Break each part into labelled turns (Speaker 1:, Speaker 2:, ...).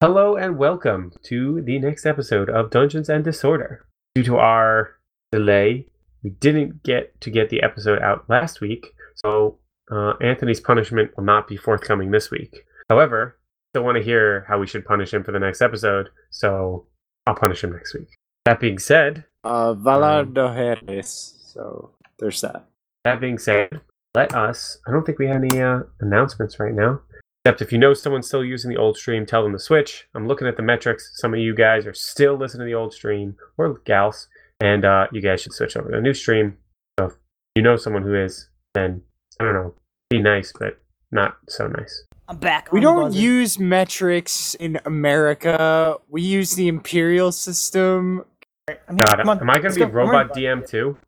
Speaker 1: Hello and welcome to the next episode of Dungeons and Disorder. Due to our delay, we didn't get to get the episode out last week, so uh, Anthony's punishment will not be forthcoming this week. However, still want to hear how we should punish him for the next episode, so I'll punish him next week. That being said,
Speaker 2: Uh, Valardo Jerez. So there's that.
Speaker 1: that being said, let us. I don't think we have any uh, announcements right now. Except if you know someone's still using the old stream, tell them to switch. I'm looking at the metrics. Some of you guys are still listening to the old stream or gals, and uh, you guys should switch over to the new stream. So if you know someone who is, then I don't know, be nice, but not so nice.
Speaker 3: I'm back.
Speaker 2: We
Speaker 3: on
Speaker 2: don't
Speaker 3: buzzer.
Speaker 2: use metrics in America. We use the imperial system.
Speaker 3: I'm here.
Speaker 1: God,
Speaker 3: Come on.
Speaker 1: am I gonna
Speaker 3: let's
Speaker 1: be
Speaker 3: go. Come on.
Speaker 1: robot DM too?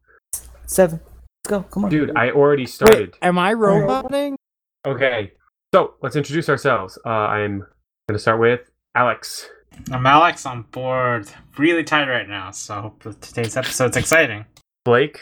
Speaker 3: Seven. Let's go. Come on.
Speaker 1: Dude, I already started.
Speaker 2: Wait, am I roboting?
Speaker 1: Okay, so let's introduce ourselves. Uh, I'm gonna start with Alex.
Speaker 4: I'm Alex on board. Really tired right now, so I hope that today's episode's exciting.
Speaker 1: Blake,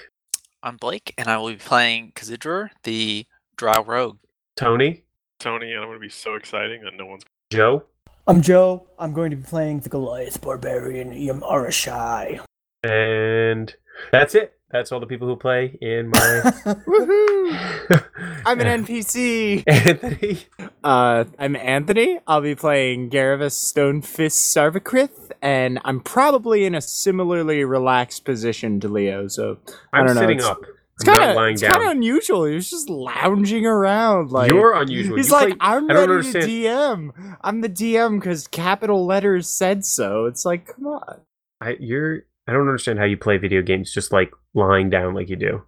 Speaker 5: I'm Blake, and I will be playing Kazidror, the Drow Rogue.
Speaker 1: Tony,
Speaker 6: Tony, and I'm going to be so exciting that no one's.
Speaker 1: Joe,
Speaker 3: I'm Joe. I'm going to be playing the Goliath Barbarian Yam Arashai.
Speaker 1: and that's it. That's all the people who play in my.
Speaker 2: Woohoo! I'm an NPC.
Speaker 1: Anthony.
Speaker 2: Uh, I'm Anthony. I'll be playing Garavis Stonefist Sarvacrith, and I'm probably in a similarly relaxed position to Leo. So I
Speaker 1: I'm
Speaker 2: don't know,
Speaker 1: sitting
Speaker 2: it's-
Speaker 1: up.
Speaker 2: it's
Speaker 1: I'm
Speaker 2: kind
Speaker 1: not
Speaker 2: of
Speaker 1: lying
Speaker 2: it's kind of
Speaker 1: down.
Speaker 2: unusual. He was just lounging around like
Speaker 1: You're unusual.
Speaker 2: He's
Speaker 1: You
Speaker 2: like,
Speaker 1: play-
Speaker 2: I'm
Speaker 1: I don't
Speaker 2: ready
Speaker 1: understand."
Speaker 2: to DM. I'm the DM because capital letters said so. It's like, come on.
Speaker 1: I, you're. I don't understand how you play video games just like lying down like you do.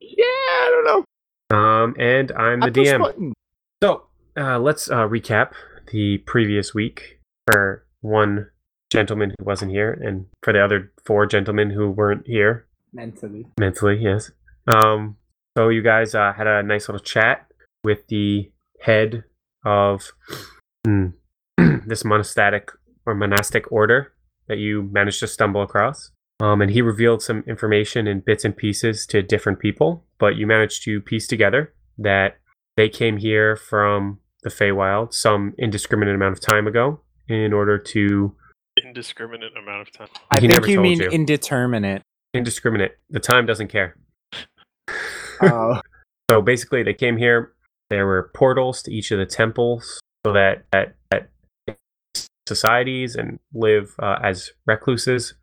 Speaker 2: Yeah, I don't know.
Speaker 1: Um, and I'm the
Speaker 2: I push
Speaker 1: DM.
Speaker 2: button.
Speaker 1: So uh, let's uh, recap the previous week for one gentleman who wasn't here, and for the other four gentlemen who weren't here.
Speaker 2: Mentally.
Speaker 1: mentally yes um so you guys uh, had a nice little chat with the head of mm, this monastic or monastic order that you managed to stumble across um and he revealed some information in bits and pieces to different people but you managed to piece together that they came here from the Feywild some indiscriminate amount of time ago in order to
Speaker 6: Indiscriminate amount of time.
Speaker 2: I
Speaker 1: He
Speaker 2: think
Speaker 1: never
Speaker 2: you
Speaker 1: told
Speaker 2: mean
Speaker 1: you.
Speaker 2: indeterminate.
Speaker 1: indiscriminate the time doesn't care
Speaker 2: Oh.
Speaker 1: So basically, they came here. There were portals to each of the temples, so that that, that societies and live uh, as recluses.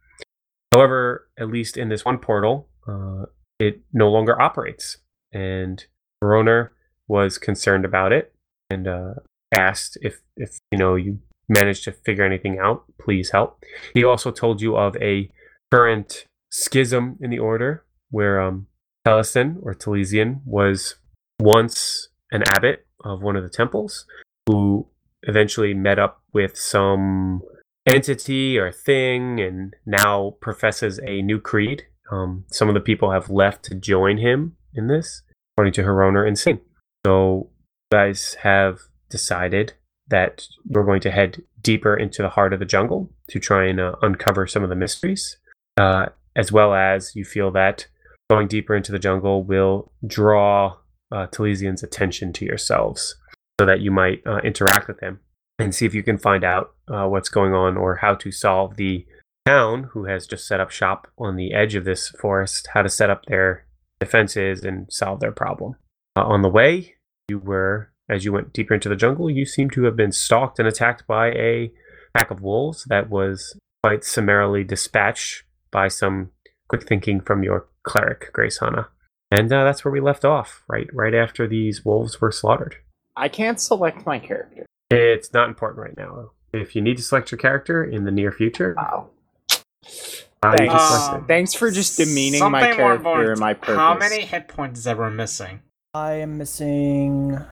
Speaker 1: However, at least in this one portal, uh, it no longer operates, and Veroner was concerned about it and uh, asked if if you know you managed to figure anything out, please help. He also told you of a current schism in the order where um, Taliesin or Talesian was once an abbot of one of the temples who eventually met up with some entity or thing and now professes a new creed. Um, some of the people have left to join him in this, according to Hironer and Singh. So you guys have decided that you're going to head deeper into the heart of the jungle to try and uh, uncover some of the mysteries, uh, as well as you feel that going deeper into the jungle will draw uh, Talesian's attention to yourselves so that you might uh, interact with him and see if you can find out uh, what's going on or how to solve the town who has just set up shop on the edge of this forest, how to set up their defenses and solve their problem. Uh, on the way, you were, as you went deeper into the jungle, you seem to have been stalked and attacked by a pack of wolves that was quite summarily dispatched by some quick thinking from your cleric Grace Hana. And uh, that's where we left off, right right after these wolves were slaughtered.
Speaker 2: I can't select my character.
Speaker 1: It's not important right now. If you need to select your character in the near future,
Speaker 2: Wow.
Speaker 1: uh, you
Speaker 2: Ah, Thanks.
Speaker 1: just
Speaker 4: Uh,
Speaker 1: select it.
Speaker 2: Thanks for just demeaning my
Speaker 4: Something more
Speaker 2: character and my purpose.
Speaker 4: important. How many hit points is everyone missing?
Speaker 3: I am missing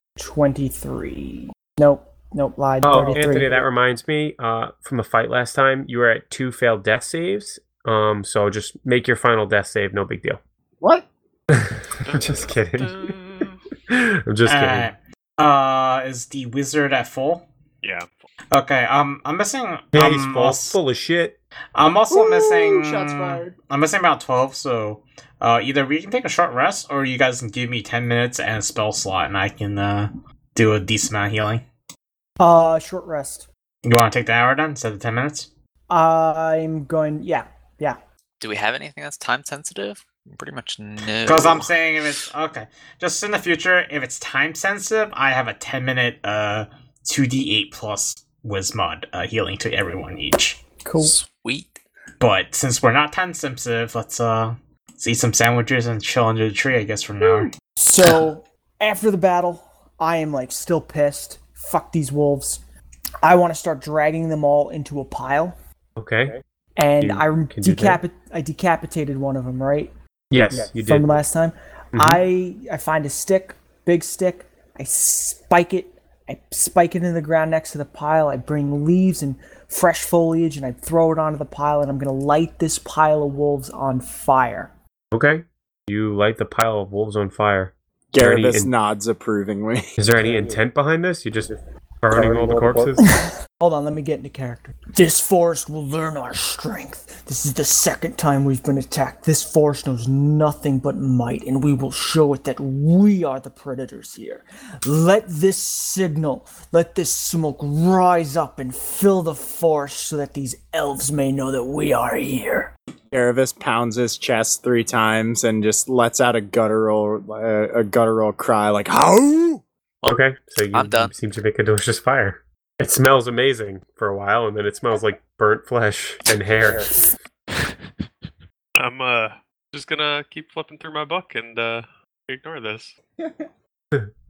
Speaker 3: 23. Nope. Nope. Lied.
Speaker 1: Oh,
Speaker 3: 33.
Speaker 1: Anthony, that reminds me. Uh, from the fight last time, you were at two failed death saves. Um, so just make your final death save. No big deal.
Speaker 2: What?
Speaker 1: I'm just kidding.
Speaker 6: Dun.
Speaker 1: I'm just kidding.
Speaker 4: Alright. Uh, is the wizard at full?
Speaker 6: yeah.
Speaker 4: Okay. Um, I'm missing.
Speaker 1: Yeah,
Speaker 4: um,
Speaker 1: he's full,
Speaker 4: also-
Speaker 1: full of shit.
Speaker 4: I'm also
Speaker 2: Ooh,
Speaker 4: missing.
Speaker 2: shots fired.
Speaker 4: I'm missing about twelve. So, uh, either we can take a short rest, or you guys can give me ten minutes and a spell slot, and I can uh do a decent amount of healing.
Speaker 3: Uh, short rest.
Speaker 4: You want to take the hour then instead of ten minutes?
Speaker 3: I'm going. Yeah, yeah.
Speaker 5: Do we have anything that's time sensitive? Pretty much no.
Speaker 4: Because I'm saying if it's okay, just in the future, if it's time sensitive, I have a ten minute uh two d eight plus whiz mod uh, healing to everyone each.
Speaker 3: Cool.
Speaker 5: Sweet.
Speaker 4: But since we're not time sensitive, let's uh let's eat some sandwiches and chill under the tree, I guess, for now.
Speaker 3: So after the battle, I am like still pissed. Fuck these wolves. I want to start dragging them all into a pile.
Speaker 1: Okay.
Speaker 3: And
Speaker 1: You
Speaker 3: I
Speaker 1: can do that.
Speaker 3: decapit I decapitated one of them, right?
Speaker 1: Yes, you did.
Speaker 3: From
Speaker 1: Mm-hmm.
Speaker 3: last time. I I find a stick, big stick. I spike it. I spike it in the ground next to the pile. I bring leaves and fresh foliage, and I throw it onto the pile. And I'm gonna light this pile of wolves on fire.
Speaker 1: Okay. You light the pile of wolves on fire. Dirty
Speaker 2: Garibus
Speaker 1: and-
Speaker 2: nods approvingly.
Speaker 1: Is there any intent behind this? You're just burning all the corpses?
Speaker 3: Hold on, let me get into character. This forest will learn our strength. This is the second time we've been attacked. This forest knows nothing but might, and we will show it that we are the predators here. Let this signal, let this smoke rise up and fill the forest so that these elves may know that we are here.
Speaker 2: Garibus pounds his chest three times and just lets out a guttural, uh, a guttural cry like "How!"
Speaker 1: okay. So you
Speaker 5: I'm done.
Speaker 1: seem to make a delicious fire. It smells amazing for a while, and then it smells like burnt flesh and hair.
Speaker 6: I'm uh just gonna keep flipping through my book and uh ignore this.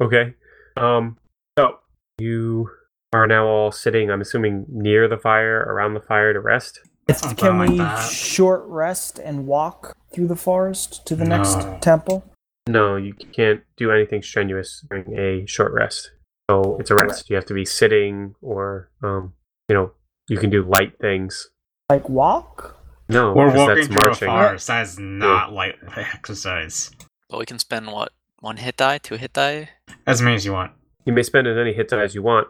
Speaker 1: Okay. Um. So you are now all sitting. I'm assuming near the fire, around the fire to rest.
Speaker 4: Something
Speaker 3: Can
Speaker 4: like
Speaker 3: we
Speaker 4: that.
Speaker 3: short rest and walk through the forest to the
Speaker 4: No.
Speaker 3: next temple?
Speaker 1: No, you can't do anything strenuous during a short rest. So it's a rest. You have to be sitting, or um, you know, you can do light things.
Speaker 3: Like walk?
Speaker 1: No,
Speaker 4: We're
Speaker 1: 'cause
Speaker 4: walking through a
Speaker 1: marching.
Speaker 4: forest. That is not light exercise.
Speaker 5: But we can spend what one hit die, two hit die.
Speaker 4: As many as you want.
Speaker 1: You may spend as many hit dice you want,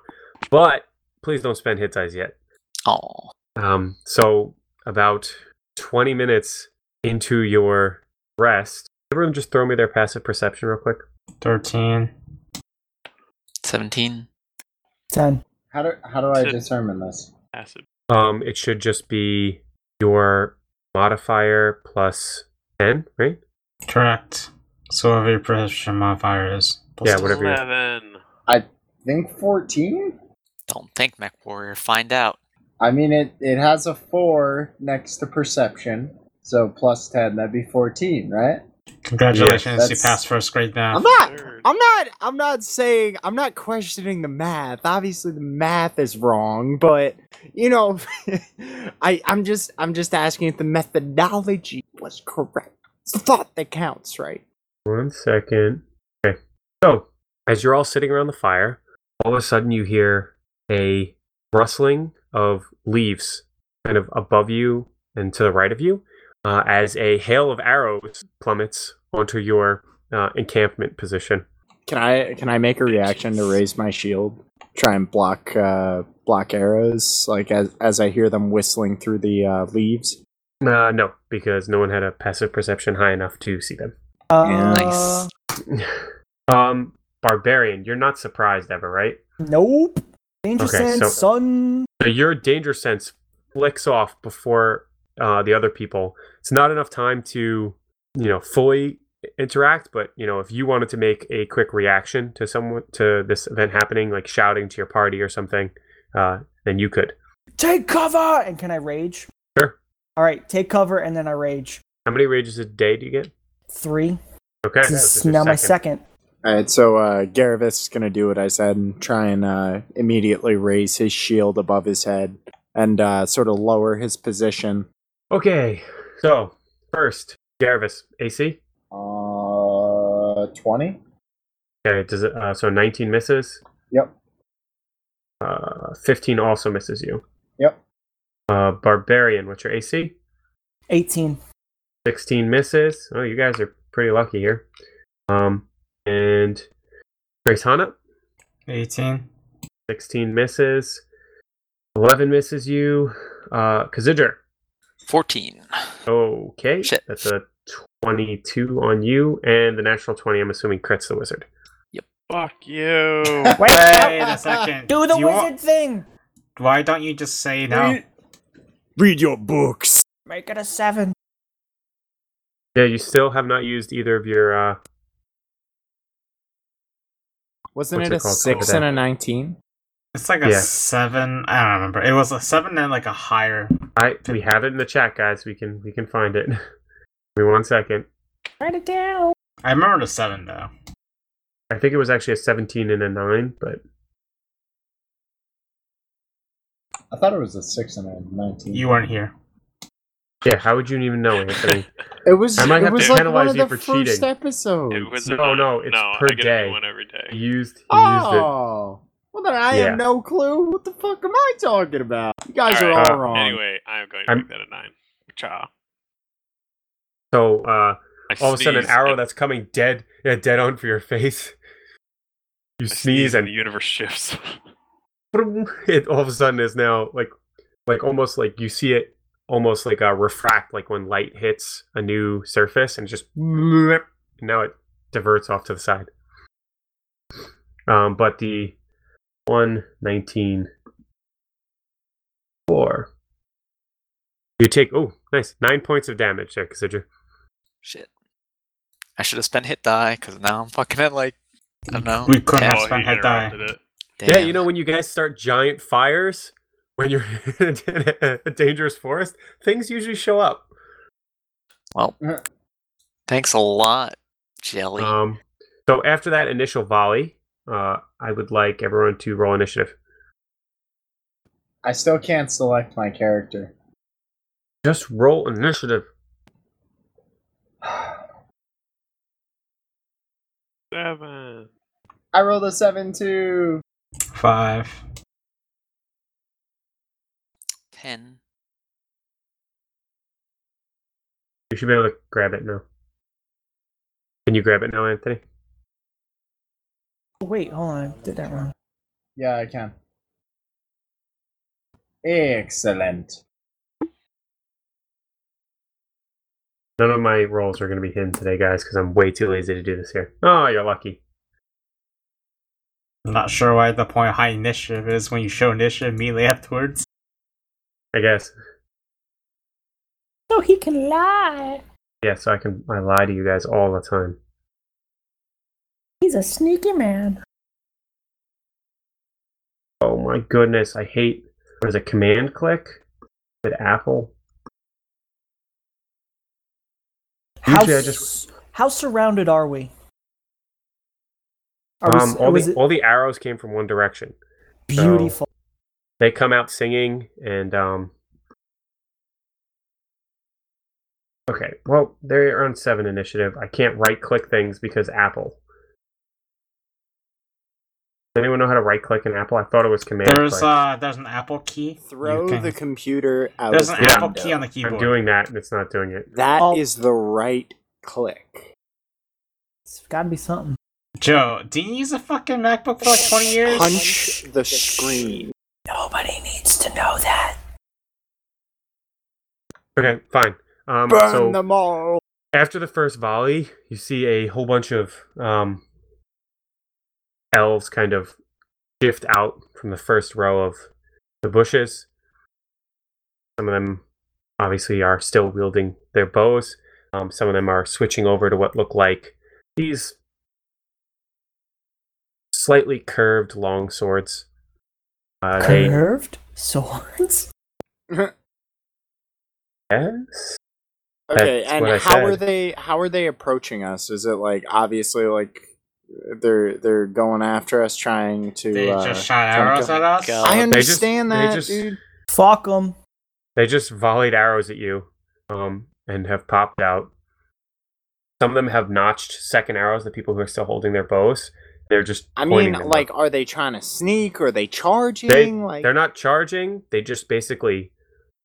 Speaker 1: but please don't spend hit dice yet.
Speaker 5: Oh,
Speaker 1: Um, so about 20 minutes into your rest, everyone just throw me their passive perception real quick.
Speaker 4: Thirteen.
Speaker 5: 17.
Speaker 3: Ten.
Speaker 7: How do how do I
Speaker 6: Should-
Speaker 7: determine this?
Speaker 6: Acid.
Speaker 1: Um, it should just be your modifier plus 10, right?
Speaker 4: Correct. So whatever your perception modifier is. plus
Speaker 1: Yeah,
Speaker 4: two.
Speaker 1: whatever you-
Speaker 6: Eleven.
Speaker 7: Think fourteen?
Speaker 5: Don't think, Mech Warrior. Find out.
Speaker 7: I mean it it has a four next to perception, so plus ten, that'd be fourteen, right?
Speaker 4: Congratulations,
Speaker 7: Yeah,
Speaker 4: you
Speaker 7: that's-
Speaker 4: passed first grade math.
Speaker 2: I'm not.
Speaker 6: Third.
Speaker 2: I'm not. I'm not saying. I'm not questioning the math. Obviously, the math is wrong, but you know, I I'm just I'm just asking if the methodology was correct. It's the thought that counts, right?
Speaker 1: One second. Okay. So, as you're all sitting around the fire, all of a sudden you hear a rustling of leaves kind of above you and to the right of you uh, as a hail of arrows plummets onto your uh, encampment position.
Speaker 2: Can I can I make a reaction to raise my shield, try and block uh, block arrows like as as I hear them whistling through the uh, leaves?
Speaker 1: Uh, no, because no one had a passive perception high enough to see them.
Speaker 3: Uh,
Speaker 5: Nice.
Speaker 1: um, Barbarian, you're not surprised ever, right?
Speaker 3: Nope. Danger
Speaker 1: Okay,
Speaker 3: sense,
Speaker 1: so-
Speaker 3: sun.
Speaker 1: So your danger sense flicks off before uh, the other people. It's not enough time to, you know, fully interact. But you know, if you wanted to make a quick reaction to someone to this event happening, like shouting to your party or something, uh, then you could.
Speaker 3: take cover and can i rage
Speaker 1: Sure.
Speaker 3: all right take cover and then i rage
Speaker 1: How many rages a day do you get?
Speaker 3: three
Speaker 1: Okay,
Speaker 3: this is
Speaker 1: your
Speaker 3: now my second
Speaker 2: All right, so uh, Garibus is gonna do what I said and try and uh, immediately raise his shield above his head and uh, sort of lower his position.
Speaker 1: Okay, so first, Garvis, AC.
Speaker 7: Uh twenty?
Speaker 1: Okay, does it, uh, so 19 misses.
Speaker 7: Yep.
Speaker 1: Uh, 15 also misses you.
Speaker 7: Yep.
Speaker 1: Uh, Barbarian, what's your AC?
Speaker 3: 18
Speaker 1: 16 misses. Oh, you guys are pretty lucky here. Um, and Grace Hanna,
Speaker 4: Eighteen.
Speaker 1: 16 misses. 11 misses you. Uh, Kazidger,
Speaker 5: 14.
Speaker 1: okay.
Speaker 5: Shit.
Speaker 1: That's a 22 on you, and the natural 20, I'm assuming, crits the wizard.
Speaker 6: Fuck you.
Speaker 3: wait
Speaker 4: Wait a second.
Speaker 3: do the
Speaker 4: you
Speaker 3: wizard
Speaker 4: want-
Speaker 3: thing
Speaker 4: Why don't you just say no?
Speaker 2: Read your books.
Speaker 3: Make it a seven.
Speaker 1: Yeah, you still have not used either of your. Uh,
Speaker 2: Wasn't
Speaker 1: What's
Speaker 2: it,
Speaker 1: it
Speaker 2: a
Speaker 1: called?
Speaker 2: six
Speaker 1: Something
Speaker 2: and
Speaker 1: like
Speaker 2: a nineteen?
Speaker 4: It's like a
Speaker 1: Yeah.
Speaker 4: seven. I don't remember. It was a seven and like a higher.
Speaker 1: I we have it in the chat, guys. We can we can find it. Give me one second.
Speaker 3: Write it down.
Speaker 4: I remember the seven though.
Speaker 1: I think it was actually a seventeen and a nine, but
Speaker 8: I thought it was a six and a nineteen.
Speaker 4: You weren't here.
Speaker 1: yeah, how would you even know, Anthony?
Speaker 2: It was.
Speaker 1: I might
Speaker 2: it
Speaker 1: have
Speaker 2: was
Speaker 1: to
Speaker 2: like one
Speaker 1: penalize
Speaker 2: of
Speaker 1: you
Speaker 2: the
Speaker 1: for
Speaker 2: first
Speaker 1: cheating.
Speaker 2: episodes.
Speaker 6: It was
Speaker 1: No,
Speaker 6: not-
Speaker 1: no, it's
Speaker 6: no,
Speaker 1: per
Speaker 6: I get a
Speaker 1: day.
Speaker 6: new one every
Speaker 1: He
Speaker 6: day.
Speaker 1: used he used
Speaker 2: Oh. Well, then I
Speaker 1: Yeah.
Speaker 2: have no clue. What the fuck am I talking about? You guys
Speaker 6: All
Speaker 2: are
Speaker 6: right,
Speaker 2: all
Speaker 1: uh,
Speaker 2: wrong.
Speaker 6: Anyway, I'm going to
Speaker 1: I'm-
Speaker 6: make that a nine. Ciao.
Speaker 1: it. So uh,
Speaker 6: I
Speaker 1: all of a sudden, an
Speaker 6: sneeze
Speaker 1: arrow
Speaker 6: and-
Speaker 1: that's coming dead, yeah, dead on for your face. You
Speaker 6: I
Speaker 1: sneeze and
Speaker 6: the universe shifts.
Speaker 1: it all of a sudden is now like like almost like you see it almost like a refract like when light hits a new surface and just and now it diverts off to the side um but the 119 4 you take oh nice 9 points of damage there Cassandra.
Speaker 5: Shit. I should have spent hit die because now I'm fucking at like I don't know.
Speaker 4: We couldn't
Speaker 5: half.
Speaker 4: have
Speaker 6: he
Speaker 4: spent hit die.
Speaker 6: interrupted it.
Speaker 1: yeah
Speaker 5: Damn.
Speaker 1: you know when you guys start giant fires when you're in a dangerous forest things usually show up
Speaker 5: Thanks a lot, Jelly.
Speaker 4: Uh.
Speaker 1: Um, so after that initial volley, uh, I would like everyone to roll initiative.
Speaker 8: I still can't select my character.
Speaker 1: Just roll initiative.
Speaker 6: Seven.
Speaker 8: I rolled a seven too.
Speaker 4: Five.
Speaker 5: Ten.
Speaker 1: You should be able to grab it now. Can you grab it now, Anthony?
Speaker 3: Wait, hold on. I did that wrong.
Speaker 8: Yeah, I can. Excellent.
Speaker 1: None of my rolls are going to be hidden today, guys, because I'm way too lazy to do this here. Oh, you're lucky.
Speaker 4: I'm not sure why the point of high initiative is when you show initiative immediately afterwards.
Speaker 1: I guess.
Speaker 9: So he can lie.
Speaker 1: Yeah, so I can I lie to you guys all the time.
Speaker 9: He's a sneaky man.
Speaker 1: Oh my goodness, I hate. What is it? Command click? Did Apple?
Speaker 3: How,
Speaker 1: Usually I
Speaker 3: s-
Speaker 1: just-
Speaker 3: how surrounded are we? Are we
Speaker 1: Um,
Speaker 3: s-
Speaker 1: all
Speaker 3: was
Speaker 1: the
Speaker 3: it
Speaker 1: all the arrows came from one direction.
Speaker 3: beautiful?
Speaker 1: they come out singing and um okay well they're on seven initiative i can't right click things because apple Does anyone know how to right click an apple i thought it was command
Speaker 4: There's
Speaker 1: click.
Speaker 4: uh there's an Apple key.
Speaker 2: Throw
Speaker 4: You can-
Speaker 2: the computer out.
Speaker 4: There's
Speaker 2: of
Speaker 4: an
Speaker 2: the
Speaker 4: Apple
Speaker 2: window.
Speaker 4: key on the keyboard.
Speaker 1: i'm doing that and it's not doing it
Speaker 2: That
Speaker 3: Oh.
Speaker 2: is the right click.
Speaker 3: It's got to be something.
Speaker 4: Joe, didn't you use a fucking MacBook for like 20 years?
Speaker 2: Punch the screen.
Speaker 3: Nobody needs to know that.
Speaker 1: okay fine um
Speaker 2: Burn
Speaker 1: so
Speaker 2: them all.
Speaker 1: after the first volley, you see a whole bunch of um, elves kind of shift out from the first row of the bushes. Some of them obviously are still wielding their bows. Um, some of them are switching over to what look like these slightly curved long swords. Uh, they
Speaker 3: Curved swords.
Speaker 1: yes,
Speaker 2: Okay,
Speaker 1: That's
Speaker 2: and
Speaker 1: what I
Speaker 2: how are
Speaker 1: said.
Speaker 2: they? How are they approaching us? Is it like obviously like they're they're going after us, trying to?
Speaker 4: They
Speaker 2: uh,
Speaker 4: just shot
Speaker 2: trying to
Speaker 4: arrows
Speaker 2: kill-
Speaker 4: at us.
Speaker 5: God.
Speaker 2: I
Speaker 1: They just-
Speaker 2: understand
Speaker 1: they
Speaker 2: that,
Speaker 1: just-
Speaker 2: dude.
Speaker 3: Fuck them.
Speaker 1: They just volleyed arrows at you um, and have popped out. Some of them have notched second arrows, the people who are still holding their bows. They're just.
Speaker 2: I
Speaker 1: pointing
Speaker 2: mean,
Speaker 1: them
Speaker 2: like,
Speaker 1: out.
Speaker 2: are they trying to sneak? Are they charging?
Speaker 1: They,
Speaker 2: like,
Speaker 1: they're not charging. They just basically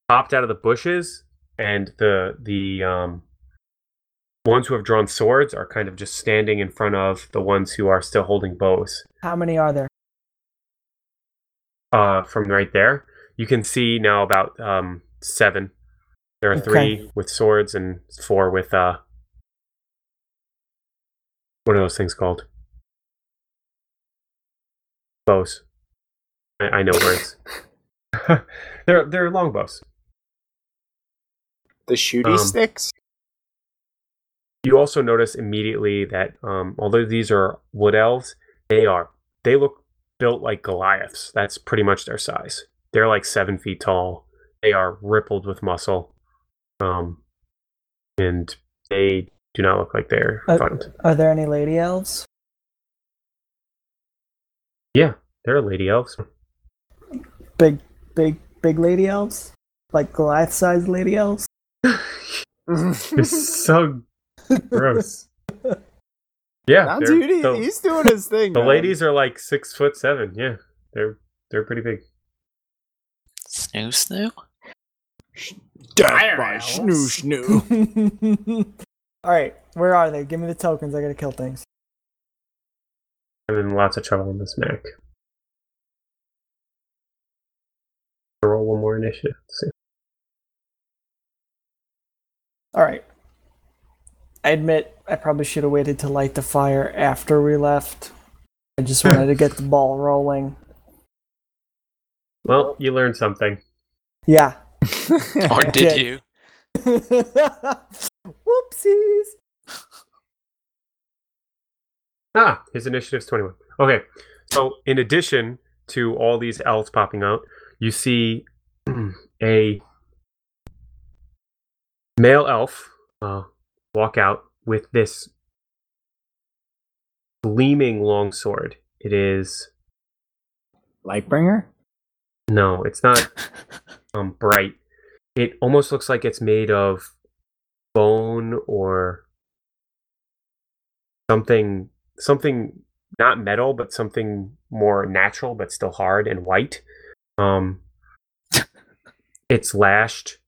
Speaker 1: popped out of the bushes, and the the um, ones who have drawn swords are kind of just standing in front of the ones who are still holding bows.
Speaker 3: How many are there?
Speaker 1: Uh, from right there, you can see now about um, seven. There are
Speaker 3: Okay.
Speaker 1: three with swords and four with uh, what are those things called? Bows. I, I know words. they're they're longbows.
Speaker 2: The shooty
Speaker 1: Um,
Speaker 2: sticks?
Speaker 1: You also notice immediately that um, although these are wood elves, they are they look built like Goliaths. That's pretty much their size. They're like seven feet tall. They are rippled with muscle, um, and they do not look like they're
Speaker 3: Uh,
Speaker 1: fund.
Speaker 3: Are there any lady elves?
Speaker 1: They're lady elves.
Speaker 3: Big, big, big lady elves? Like Goliath-sized lady elves?
Speaker 1: It's so gross. Yeah,
Speaker 2: Nah,
Speaker 1: they're-
Speaker 2: dude, he-
Speaker 1: the,
Speaker 2: he's doing his thing.
Speaker 1: the
Speaker 2: man.
Speaker 1: ladies are like six foot seven. Yeah, they're they're pretty big.
Speaker 5: Snoo snoo?
Speaker 2: Death by
Speaker 4: IRLs.
Speaker 2: Snoo Snoo.
Speaker 3: All right, where are they? Give me the tokens. I gotta kill things.
Speaker 1: I'm in lots of trouble on this Mac. I'll Roll one more initiative. Let's see.
Speaker 3: All right. I admit I probably should have waited to light the fire after we left. I just wanted to get the ball rolling.
Speaker 1: Well, you learned something.
Speaker 3: Yeah.
Speaker 5: Or
Speaker 3: Yeah.
Speaker 5: did you?
Speaker 3: Whoopsies.
Speaker 1: Ah, his initiative's 21. Okay, so in addition to all these elves popping out, you see a male elf uh, walk out with this gleaming long sword. It is
Speaker 2: Lightbringer?
Speaker 1: no, it's not um, bright. It almost looks like it's made of bone or something something not metal, but something more natural, but still hard and white. Um, it's lashed,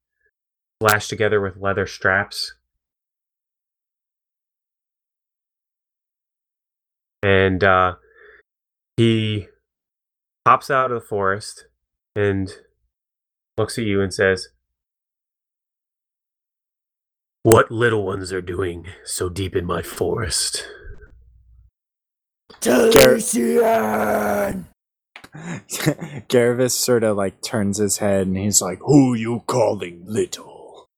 Speaker 1: lashed together with leather straps, and uh, he pops out of the forest and looks at you and says, What little ones are doing so deep in my forest?
Speaker 3: Delician!
Speaker 2: Garvis sort of like turns his head and he's like, "Who you calling little?"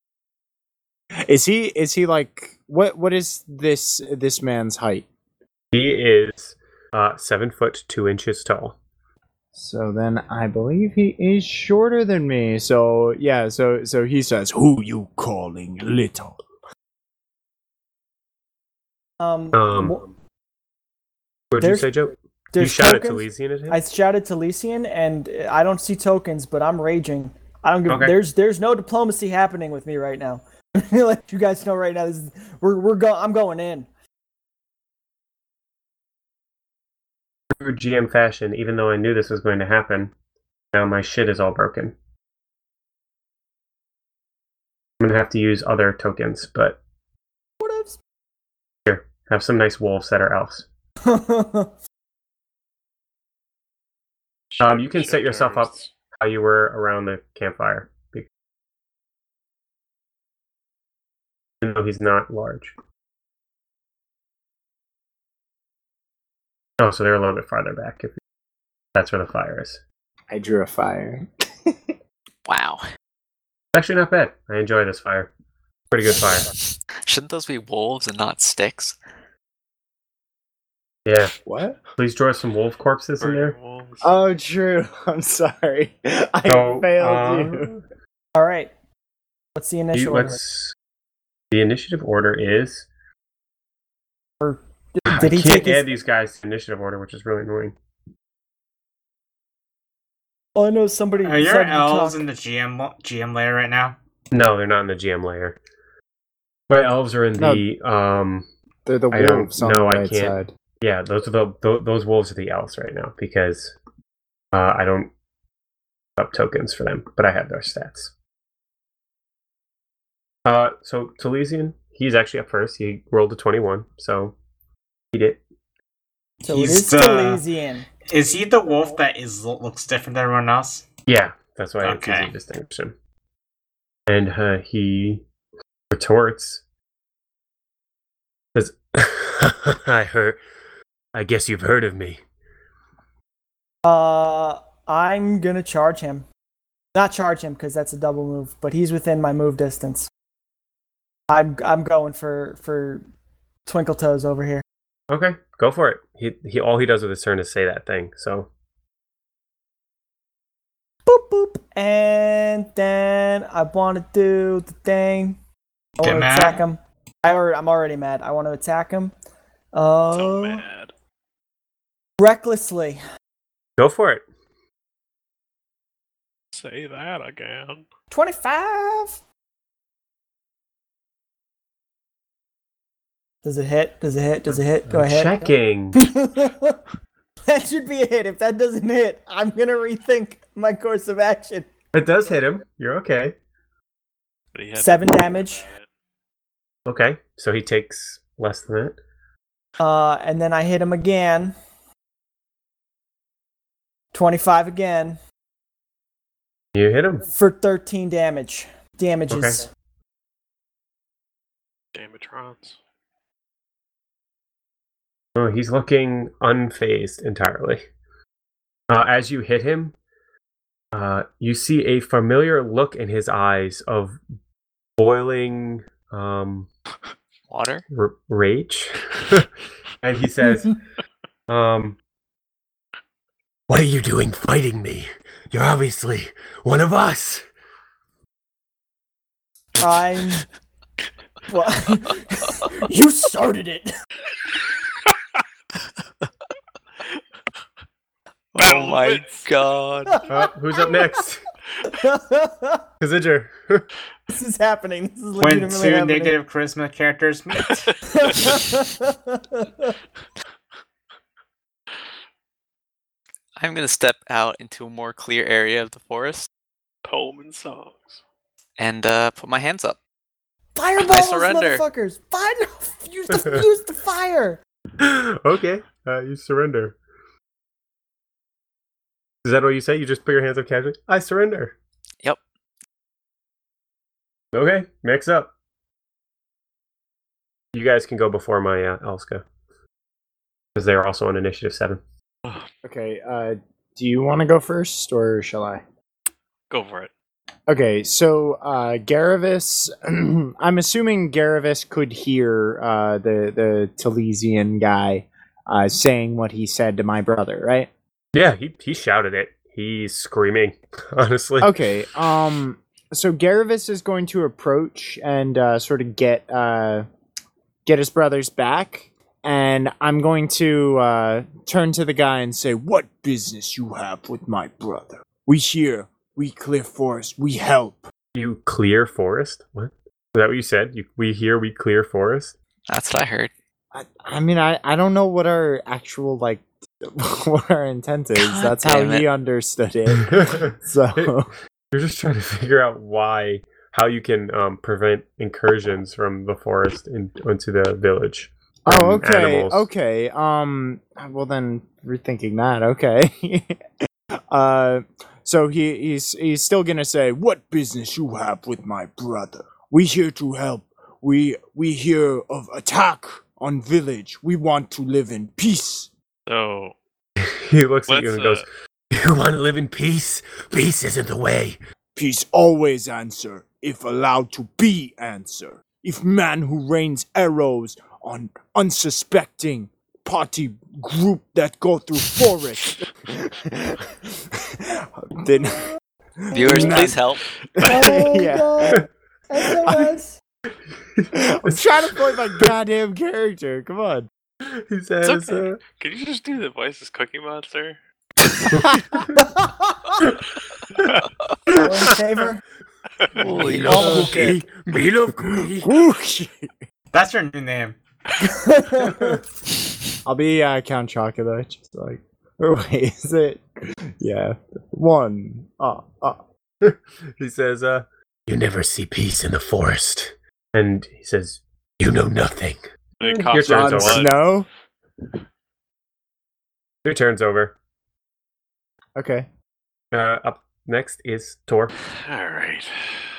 Speaker 2: Is he is he like what what is this this man's height?
Speaker 1: He is uh, seven foot two inches tall.
Speaker 2: So then I believe he is shorter than me. So yeah, so so he says, "Who you calling little?"
Speaker 3: Um,
Speaker 1: Um,
Speaker 3: wh-
Speaker 1: What did you
Speaker 3: There's-
Speaker 1: say, Joe? You
Speaker 3: there's
Speaker 1: shouted
Speaker 3: tokens.
Speaker 1: Talesian at him?
Speaker 3: I shouted to Lycian, and uh, I don't see tokens, but I'm raging. I don't give.
Speaker 1: Okay.
Speaker 3: There's there's no diplomacy happening with me right now. Let you guys know right now. This is, we're we're go. I'm going in.
Speaker 1: True GM fashion, even though I knew this was going to happen, now my shit is all broken. I'm going to have to use other tokens, but
Speaker 3: What
Speaker 1: have some nice wolves that are elves.
Speaker 3: ifs?
Speaker 1: Um, you can set
Speaker 6: Shit
Speaker 1: yourself up
Speaker 6: terms.
Speaker 1: how you were around the campfire. Be- Even though he's not large. Oh, so they're a little bit farther back. If that's where the fire is.
Speaker 2: I drew a fire.
Speaker 5: Wow.
Speaker 1: Actually, not bad. I enjoy this fire. Pretty good fire.
Speaker 5: Shouldn't those be wolves and not sticks?
Speaker 1: Yeah.
Speaker 2: What?
Speaker 1: Please draw some wolf corpses in
Speaker 6: Burning
Speaker 1: there.
Speaker 6: wolves.
Speaker 2: Oh, true. I'm sorry. I
Speaker 1: So,
Speaker 2: failed
Speaker 1: uh,
Speaker 2: you.
Speaker 3: All right. What's the
Speaker 1: you-
Speaker 3: initial? order?
Speaker 1: let's. The initiative order is.
Speaker 3: Did- Did
Speaker 1: I
Speaker 3: he
Speaker 1: can't
Speaker 3: take
Speaker 1: add
Speaker 3: his?
Speaker 1: these guys to initiative order, which is really annoying.
Speaker 3: Oh, I know somebody.
Speaker 4: Are your
Speaker 3: decided to
Speaker 4: elves
Speaker 3: talk.
Speaker 4: in the GM lo- GM layer right now?
Speaker 1: No, they're not in the GM layer. My elves are in
Speaker 2: No.
Speaker 1: the um.
Speaker 2: They're the
Speaker 1: I don't-
Speaker 2: wolves on
Speaker 1: no,
Speaker 2: the
Speaker 1: I
Speaker 2: right
Speaker 1: can't.
Speaker 2: side.
Speaker 1: Yeah, those are the those, those wolves are the elves right now because uh, I don't up tokens for them, but I have their stats. Uh, so Talesian, he's actually up first. He rolled a twenty-one, so he did.
Speaker 3: So it
Speaker 4: He's
Speaker 3: is
Speaker 4: the-
Speaker 3: Talesian.
Speaker 4: Is he the wolf that is looks different than everyone else?
Speaker 1: Yeah, that's why it's easy
Speaker 4: Okay.
Speaker 1: to distinguish him. And uh, he retorts, says, "I heard. I guess you've heard of me."
Speaker 3: Uh, I'm gonna charge him. Not charge him because that's a double move, but he's within my move distance. I'm I'm going for for Twinkle Toes over here.
Speaker 1: Okay, go for it. He, he all he does with his turn is say that thing. So
Speaker 3: Boop boop, and then I want to do the thing. I
Speaker 4: Get
Speaker 3: want to
Speaker 4: mad?
Speaker 3: attack him. I already, I'm already mad. I want to attack him.
Speaker 6: So
Speaker 2: Uh,
Speaker 3: Oh,
Speaker 6: mad.
Speaker 3: recklessly.
Speaker 1: go for it.
Speaker 6: Say that again.
Speaker 3: 25. Does it hit? Does it hit? Does it hit?
Speaker 1: Uh,
Speaker 3: Do I hit?
Speaker 1: Checking.
Speaker 3: that should be a hit. If that doesn't hit, I'm going to rethink my course of action.
Speaker 1: it does hit him. You're okay.
Speaker 6: But he had
Speaker 3: Seven
Speaker 6: to-
Speaker 3: damage.
Speaker 1: Okay, so he takes less than that.
Speaker 3: Uh, and then I hit him again. 25 again
Speaker 1: You hit him.
Speaker 3: for 13 damage. Damages.
Speaker 6: Damatrons.
Speaker 1: Oh, he's looking unfazed entirely. Uh, as you hit him, uh, you see a familiar look in his eyes of boiling um,
Speaker 5: Water?
Speaker 1: r- rage, and he says, um, "What are you doing fighting me? You're obviously one of us."
Speaker 3: I'm. Well, you started it.
Speaker 5: Oh my god.
Speaker 1: Uh, who's up next? Kazidger.
Speaker 3: This is happening. This is
Speaker 4: When
Speaker 3: legitimately
Speaker 4: two
Speaker 3: happening.
Speaker 4: negative charisma characters meet.
Speaker 5: I'm gonna step out into a more clear area of the forest
Speaker 6: Poem and songs.
Speaker 5: and uh, put my hands up.
Speaker 3: Fireball those
Speaker 5: surrender.
Speaker 3: motherfuckers! Fire! Use the, use the fire!
Speaker 1: okay, uh, you surrender. Is that what you say? You just put your hands up casually? I surrender.
Speaker 5: Yep.
Speaker 1: Okay, mix up. You guys can go before my uh, Elska. Because they're also on initiative 7.
Speaker 2: Okay, uh, do you want to go first or shall I?
Speaker 6: Go for it.
Speaker 2: Okay, so uh, Garavis, I'm assuming Garavis could hear uh, the the Telesian guy uh, saying what he said to my brother, right?
Speaker 1: Yeah, he, he shouted it. He's screaming, honestly.
Speaker 2: Okay, um, so Garavis is going to approach and uh, sort of get uh, get his brother's back, and I'm going to uh, turn to the guy and say, "What business you have with my brother? We here, we clear forest, we help."
Speaker 1: You clear forest? What? Is that what you said? You, we hear we clear forest?
Speaker 5: That's what I heard.
Speaker 2: I, I mean, I, I don't know what our actual like what our intent is.
Speaker 5: God
Speaker 2: That's how
Speaker 5: damn
Speaker 2: he
Speaker 5: it.
Speaker 2: understood it. So
Speaker 1: You're just trying to figure out why, how you can um, prevent incursions from the forest in, into the village.
Speaker 2: oh
Speaker 1: Um,
Speaker 2: okay
Speaker 1: animals.
Speaker 2: okay um well then rethinking that okay uh so he he's he's still gonna say what business you have with my brother we here to help we we here of attack on village we want to live in peace
Speaker 6: So
Speaker 1: he looks at you
Speaker 6: Let's, uh,
Speaker 1: and goes, "You want to live in peace? Peace isn't the way."
Speaker 2: Peace always answer, if allowed to be answer. If man who rains arrows on unsuspecting party group that go through forest, then
Speaker 5: Viewers,
Speaker 2: Man-
Speaker 5: please help.
Speaker 3: Oh
Speaker 2: Yeah.
Speaker 3: god! That's so nice.
Speaker 2: I'm trying to play my goddamn character. Come on.
Speaker 1: He says,
Speaker 6: okay.
Speaker 1: uh,
Speaker 6: can you just do the voice as Cookie Monster?
Speaker 3: All in favor?
Speaker 5: Holy
Speaker 1: "Me
Speaker 5: no.
Speaker 1: love
Speaker 3: Oh, shit.
Speaker 1: cookie, uh, me love cookie."
Speaker 2: Whoosh.
Speaker 4: That's your new name.
Speaker 2: I'll be uh, Count Chocula. Just like, or wait, is it? Yeah, one. Uh, uh.
Speaker 1: He says, uh, "You never see peace in the forest," and he says, "You know nothing."
Speaker 6: It
Speaker 1: Your
Speaker 6: costs
Speaker 1: turn's
Speaker 6: a
Speaker 2: Jon
Speaker 1: over.
Speaker 6: lot.
Speaker 2: Snow.
Speaker 1: Your turn's over.
Speaker 2: Okay.
Speaker 1: Uh, up next is Tor.
Speaker 6: All right.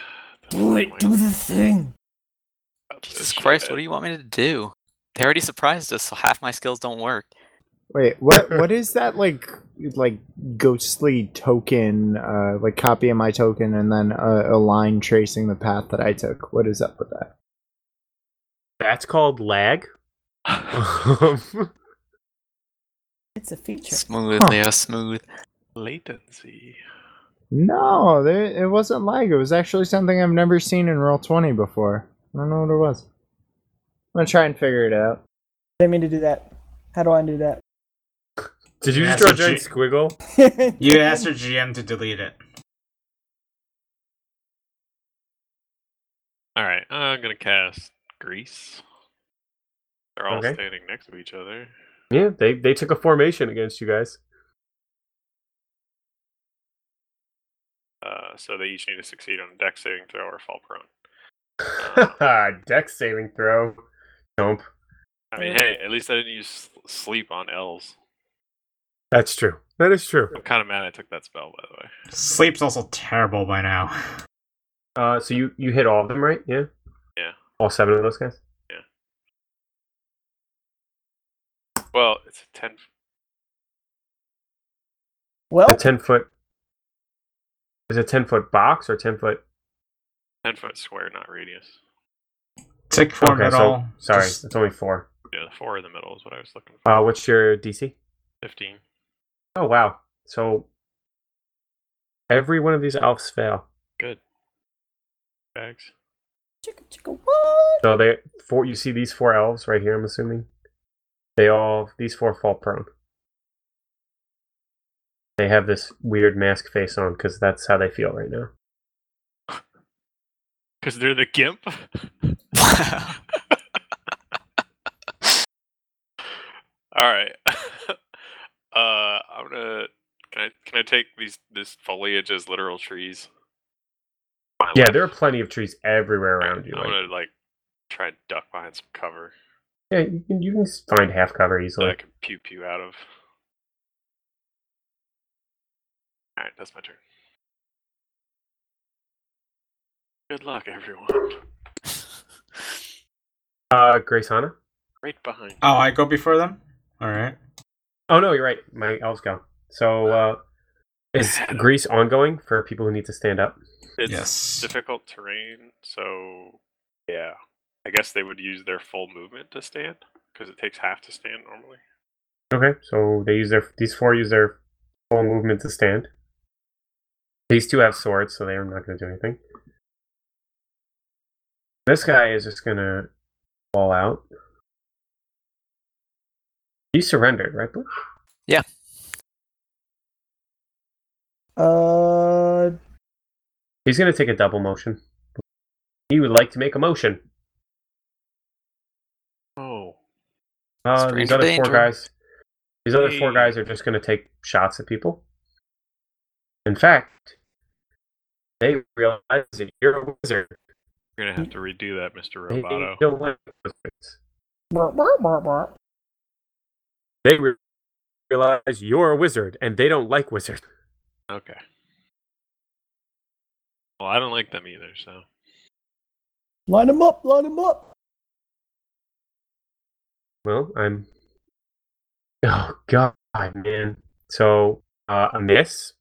Speaker 3: do it! Do the thing!
Speaker 5: Jesus Christ, what do you want me to do? They already surprised us, so half my skills don't work.
Speaker 2: Wait, what? What is that like? Like ghostly token, uh, like copy of my token, and then a, a line tracing the path that I took. What is up with that?
Speaker 1: That's called lag. Um,
Speaker 10: It's a feature.
Speaker 5: Smooth,
Speaker 2: Huh.
Speaker 5: they are smooth.
Speaker 6: Latency.
Speaker 2: No, there, it wasn't lag. It was actually something I've never seen in Roll Twenty before. I don't know what it was. I'm gonna try and figure it out.
Speaker 3: Didn't mean to do that. How do I undo that?
Speaker 1: did you just draw a
Speaker 4: That's a
Speaker 1: giant
Speaker 4: G-
Speaker 1: squiggle?
Speaker 4: You asked your GM to delete it.
Speaker 6: All right, I'm gonna cast Grease. They're all
Speaker 1: Okay.
Speaker 6: standing next to each other.
Speaker 1: Yeah, they they took a formation against you guys.
Speaker 6: Uh, so they each need to succeed on a deck saving throw or fall prone.
Speaker 1: Deck saving throw. Nope.
Speaker 6: I mean, hey, at least I didn't use s- sleep on L's.
Speaker 1: That's true. That is true.
Speaker 6: I'm kind of mad I took that spell, by the way.
Speaker 4: Sleep's also terrible by now.
Speaker 1: Uh, so you you hit all of them, right? Yeah.
Speaker 6: Yeah.
Speaker 1: All seven of those guys.
Speaker 6: Well, it's a ten.
Speaker 3: well,
Speaker 4: Oh.
Speaker 1: A ten foot. Is it ten foot box or ten foot?
Speaker 6: 10 foot square, not radius.
Speaker 4: Tick form
Speaker 1: okay,
Speaker 4: at
Speaker 1: so
Speaker 4: all.
Speaker 1: sorry,
Speaker 4: Just-
Speaker 1: it's only four.
Speaker 6: Yeah, the four in the middle is what I was looking for.
Speaker 1: Uh, what's your DC?
Speaker 6: 15.
Speaker 1: Oh wow! So every one of these elves fail.
Speaker 6: Good. Bags.
Speaker 10: Chicka chicka what?
Speaker 1: So they four. You see these four elves right here. I'm assuming they all these four fall prone. They have this weird mask face on because that's how they feel right now.
Speaker 6: Because they're the gimp? Alright. uh, I'm gonna. Can I, can I take these this foliage as literal trees? My
Speaker 1: Yeah,
Speaker 6: left-
Speaker 1: there are plenty of trees everywhere around you.
Speaker 6: I'm
Speaker 1: like-
Speaker 6: gonna, like, try and duck behind some cover
Speaker 1: yeah, you can you can find half cover
Speaker 6: that I
Speaker 1: easily.
Speaker 6: can pew pew out of. Alright, that's my turn. Good luck, everyone.
Speaker 1: Uh, Grace Hana.
Speaker 6: Right behind you.
Speaker 4: Oh, I go before them? Alright.
Speaker 1: Oh no, you're right. My elves go. So uh, is Greece ongoing for people who need to stand up?
Speaker 6: It's
Speaker 4: Yes.
Speaker 6: difficult terrain, so yeah. I guess they would use their full movement to stand because it takes half to stand normally.
Speaker 1: Okay, so they use their these four use their full movement to stand. These two have swords, so they're not going to do anything. This guy is just going to fall out. You surrendered, right? Blue?
Speaker 3: uh,
Speaker 1: He's going to take a double motion. He would like to make a motion.
Speaker 6: Oh,
Speaker 1: Uh, these
Speaker 5: Stranger
Speaker 1: other
Speaker 5: danger.
Speaker 1: four guys. These other four
Speaker 6: Hey.
Speaker 1: guys are just going to take shots at people. In fact, they realize that you're a wizard.
Speaker 6: you're gonna have to redo that, Mr.
Speaker 1: They
Speaker 6: Roboto.
Speaker 1: don't like wizards.
Speaker 10: Wah, wah, wah, wah.
Speaker 1: They re- realize you're a wizard, and they don't like wizards.
Speaker 6: Okay. Well, I don't like them either, so
Speaker 3: line them up, line them up.
Speaker 1: Well, I'm. Oh God, man! So uh, a miss,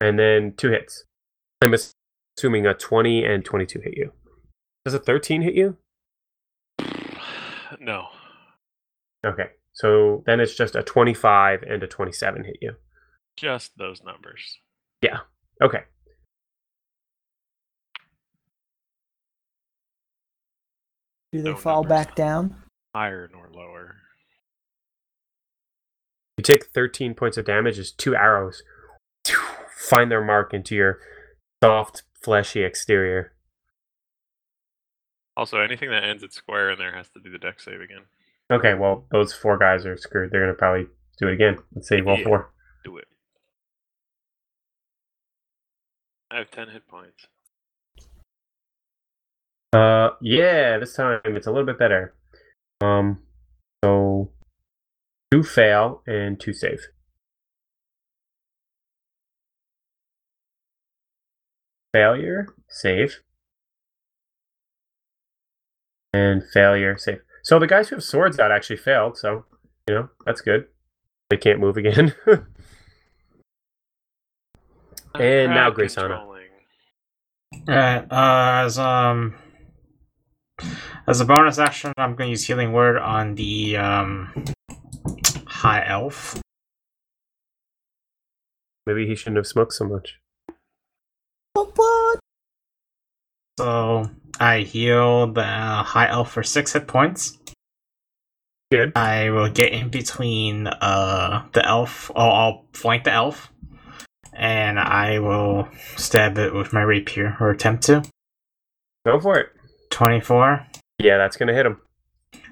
Speaker 1: and then two hits. I'm ass- assuming a twenty and twenty-two hit you. Does a thirteen hit you?
Speaker 6: no.
Speaker 1: Okay, so then it's just a twenty-five and a twenty-seven hit you.
Speaker 6: Just those numbers.
Speaker 1: Okay.
Speaker 3: Do they
Speaker 6: No
Speaker 3: fall
Speaker 6: numbers.
Speaker 3: back down?
Speaker 6: Higher nor lower.
Speaker 1: You take 13 points of damage as two arrows find their mark into your soft, fleshy exterior.
Speaker 6: Also, anything that ends at square in there has to do the deck save again.
Speaker 1: Okay, well, those four guys are screwed. They're going to probably do it again. Let's say roll
Speaker 6: Yeah.
Speaker 1: four.
Speaker 6: Do it. I have ten hit points.
Speaker 1: Uh, yeah, this time it's a little bit better. Um, so two fail and two save. Failure, save. And failure, save. So the guys who have swords out actually failed, so You know, that's good. They can't move again. And now
Speaker 6: Crowd
Speaker 1: Graysana.
Speaker 6: controlling.
Speaker 4: Alright, uh, as um as a bonus action, I'm gonna use healing word on the um high elf.
Speaker 1: Maybe he shouldn't have smoked so much.
Speaker 4: So I heal the high elf for six hit points.
Speaker 1: Good.
Speaker 4: I will get in between uh the elf. Oh, I'll flank the elf, and I will stab it with my rapier or attempt to.
Speaker 1: Go for it.
Speaker 4: Twenty-four.
Speaker 1: Yeah, that's gonna hit him.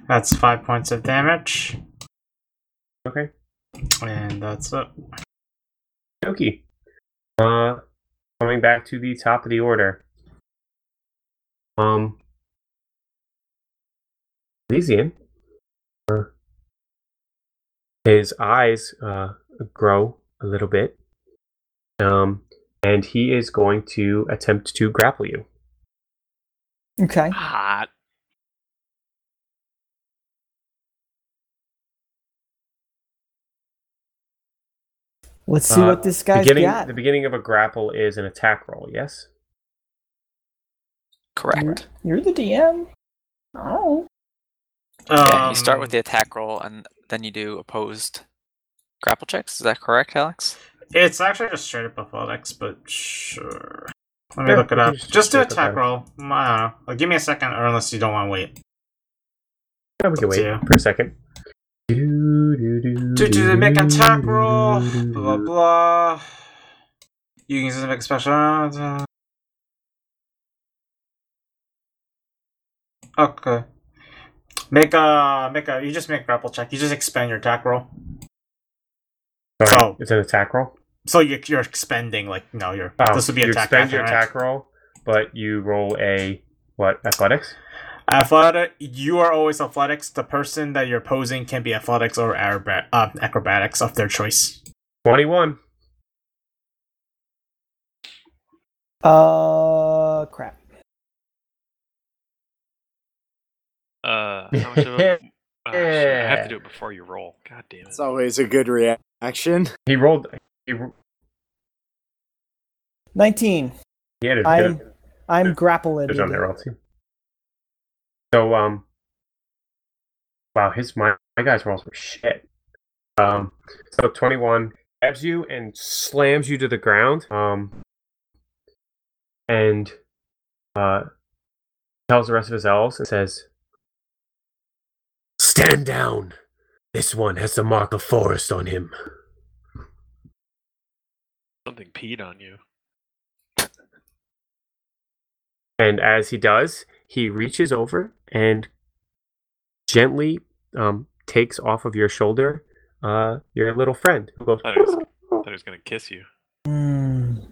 Speaker 4: That's five points of damage,
Speaker 1: Okay.
Speaker 4: and that's it.
Speaker 1: Doki. Uh coming back to the top of the order. Um Elysian. uh, his eyes uh, grow a little bit. Um and he is going to attempt to grapple you.
Speaker 3: Okay.
Speaker 5: Hot.
Speaker 3: Let's see
Speaker 1: Uh,
Speaker 3: what this guy's
Speaker 1: beginning
Speaker 3: got.
Speaker 1: the beginning of a grapple is an attack roll, yes?
Speaker 5: Correct.
Speaker 3: You're the DM.
Speaker 11: Oh.
Speaker 5: yeah, you start with
Speaker 4: Um,
Speaker 5: the attack roll and then you do opposed grapple checks. Is that correct, Alex?
Speaker 4: It's actually just straight up athletics, but sure. Let me
Speaker 1: Yeah,
Speaker 4: look
Speaker 1: we can
Speaker 4: it up.
Speaker 1: just
Speaker 4: Just do
Speaker 1: straight up
Speaker 4: attack
Speaker 1: athletics.
Speaker 4: roll. I don't know. Like, give me a second, or unless you don't want to wait.
Speaker 1: Yeah, we can
Speaker 4: Up
Speaker 1: wait
Speaker 4: to you.
Speaker 1: for a second. Do, do, do,
Speaker 4: Do do do make an attack roll.
Speaker 1: do,
Speaker 4: Blah blah
Speaker 1: do.
Speaker 4: blah. You can use this to make a special. uh, Okay. Make a make a. You just make grapple check. You just expand your attack roll.
Speaker 1: Sorry,
Speaker 4: Oh.
Speaker 1: It's an attack roll.
Speaker 4: So you're you're expending like no, you're
Speaker 1: Oh,
Speaker 4: this would be
Speaker 1: you
Speaker 4: attack
Speaker 1: expend your
Speaker 4: action, right?
Speaker 1: attack roll, but you roll a what athletics?
Speaker 4: Athletic, you are always athletics. The person that you're posing can be athletics or acrobat- uh, acrobatics of their choice.
Speaker 1: Twenty-one.
Speaker 3: Uh, crap.
Speaker 6: Uh, how much of a, Ah, shoot, I have to do it before you roll. God damn it.
Speaker 2: It's always a good reaction.
Speaker 1: He rolled. He, ro-
Speaker 3: 19.
Speaker 1: he had a
Speaker 3: I'm-
Speaker 1: good
Speaker 3: I'm
Speaker 1: There's-
Speaker 3: grappling.
Speaker 1: there's on that roll too. So um, wow, his my, my guy's rolls were shit. Um, so twenty-one grabs you and slams you to the ground. Um, and uh, tells the rest of his elves and says, "Stand down. This one has the mark of forest on him."
Speaker 6: Something peed on you.
Speaker 1: And as he does, he reaches over and gently um, takes off of your shoulder uh, your little friend. Who goes,
Speaker 6: I thought he was, thought he was gonna kiss you.
Speaker 3: Mm.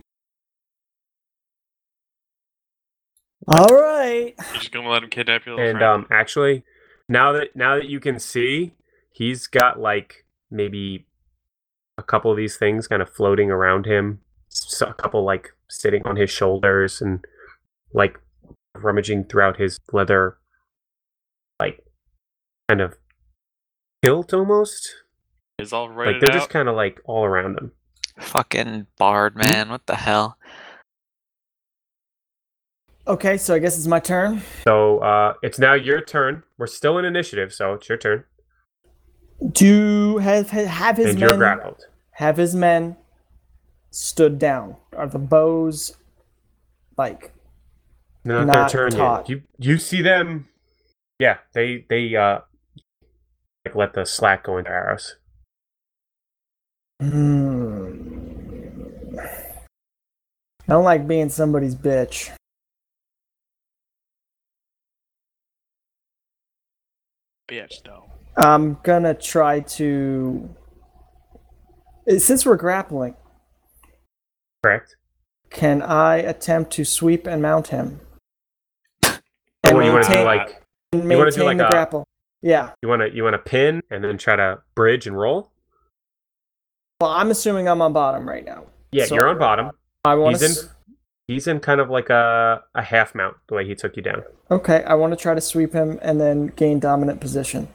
Speaker 3: All right.
Speaker 6: You're just gonna let him kidnap your little
Speaker 1: and
Speaker 6: friend.
Speaker 1: um, actually, now that now that you can see, he's got like maybe a couple of these things kind of floating around him. S- A couple like sitting on his shoulders and like rummaging throughout his leather, like kind of hilt almost.
Speaker 6: Is all right.
Speaker 1: like they're just kind of like all around them.
Speaker 5: Fucking bard, man. What the hell?
Speaker 3: Okay, so I guess it's my turn.
Speaker 1: So uh, it's now your turn. We're still in initiative, so it's your turn,
Speaker 3: Do have have his
Speaker 1: and
Speaker 3: men
Speaker 1: you're grappled.
Speaker 3: have his men stood down? Are the bows like
Speaker 1: Not,
Speaker 3: Not
Speaker 1: their turn
Speaker 3: taught.
Speaker 1: yet. You you see them? Yeah, they they uh like let the slack go into arrows.
Speaker 3: Hmm. Mm. I don't like being somebody's bitch.
Speaker 6: bitch though.
Speaker 3: I'm gonna try to. Eh, Since we're grappling,
Speaker 1: Correct.
Speaker 3: can I attempt to sweep and mount him?
Speaker 1: Oh, what you want to do
Speaker 3: maintain-
Speaker 1: like
Speaker 3: and
Speaker 1: you wanna do
Speaker 3: maintain
Speaker 1: like
Speaker 3: the
Speaker 1: a-
Speaker 3: grapple. Yeah.
Speaker 1: you want to you want to pin and then try to bridge and roll?
Speaker 3: Well, I'm assuming I'm on bottom right now.
Speaker 1: Yeah,
Speaker 3: So-
Speaker 1: you're on bottom.
Speaker 3: I want
Speaker 1: He's
Speaker 3: to.
Speaker 1: in he's in kind of like a a half mount the way he took you down.
Speaker 3: Okay, I want to try to sweep him and then gain dominant position.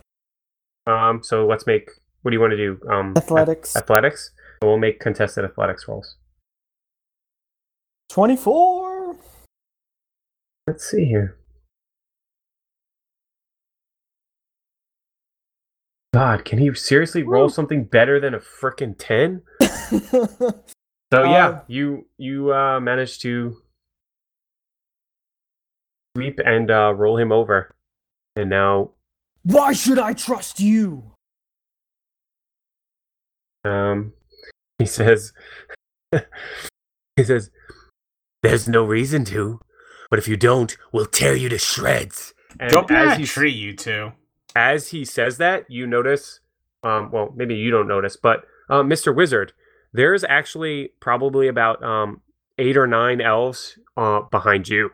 Speaker 1: Um, so let's make. What do you want to do? Um,
Speaker 3: Athletics.
Speaker 1: ath- athletics. So we'll make contested athletics rolls.
Speaker 3: 24.
Speaker 1: Let's see here. God, can he seriously roll
Speaker 3: Woo.
Speaker 1: something better than a frickin' ten? So yeah,
Speaker 3: Um,
Speaker 1: you you uh, managed to sweep and uh, roll him over, and now
Speaker 3: Why should I trust you?
Speaker 1: um, he says he says there's no reason to, but if you don't, we'll tear you to shreds. And
Speaker 4: Don't be
Speaker 1: as
Speaker 4: that
Speaker 1: he
Speaker 4: tree, you two.
Speaker 1: as he says that, you notice, um, well, maybe you don't notice, but uh, Mr. Wizard, there's actually probably about um, eight or nine elves uh, behind you,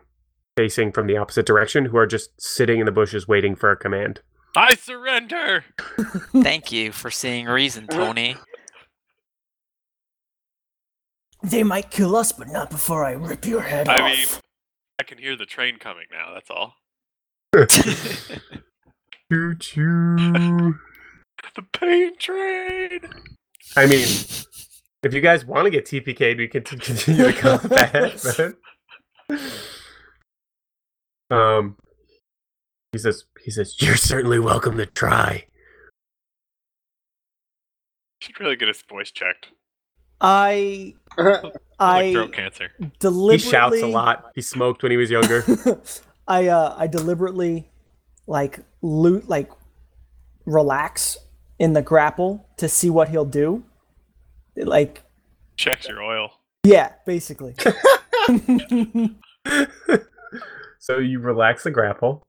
Speaker 1: facing from the opposite direction, who are just sitting in the bushes waiting for a command.
Speaker 6: I surrender.
Speaker 5: Thank you for seeing reason, Tony.
Speaker 3: They might kill us, but not before I rip your head off.
Speaker 6: I mean, I can hear the train coming now. That's all.
Speaker 1: Choo choo.
Speaker 6: The pain train.
Speaker 1: I mean, if you guys want to get TPK'd, we can t- continue the combat. but- um, he says, he says, you're certainly welcome to try.
Speaker 6: Should really get his voice checked.
Speaker 3: I
Speaker 6: Like
Speaker 3: I
Speaker 6: throat cancer.
Speaker 3: deliberately
Speaker 1: He shouts a lot. He smoked when he was younger.
Speaker 3: I uh I deliberately like loot like relax in the grapple to see what he'll do. Like
Speaker 6: Checks your oil.
Speaker 3: yeah, basically.
Speaker 1: so you relax the grapple.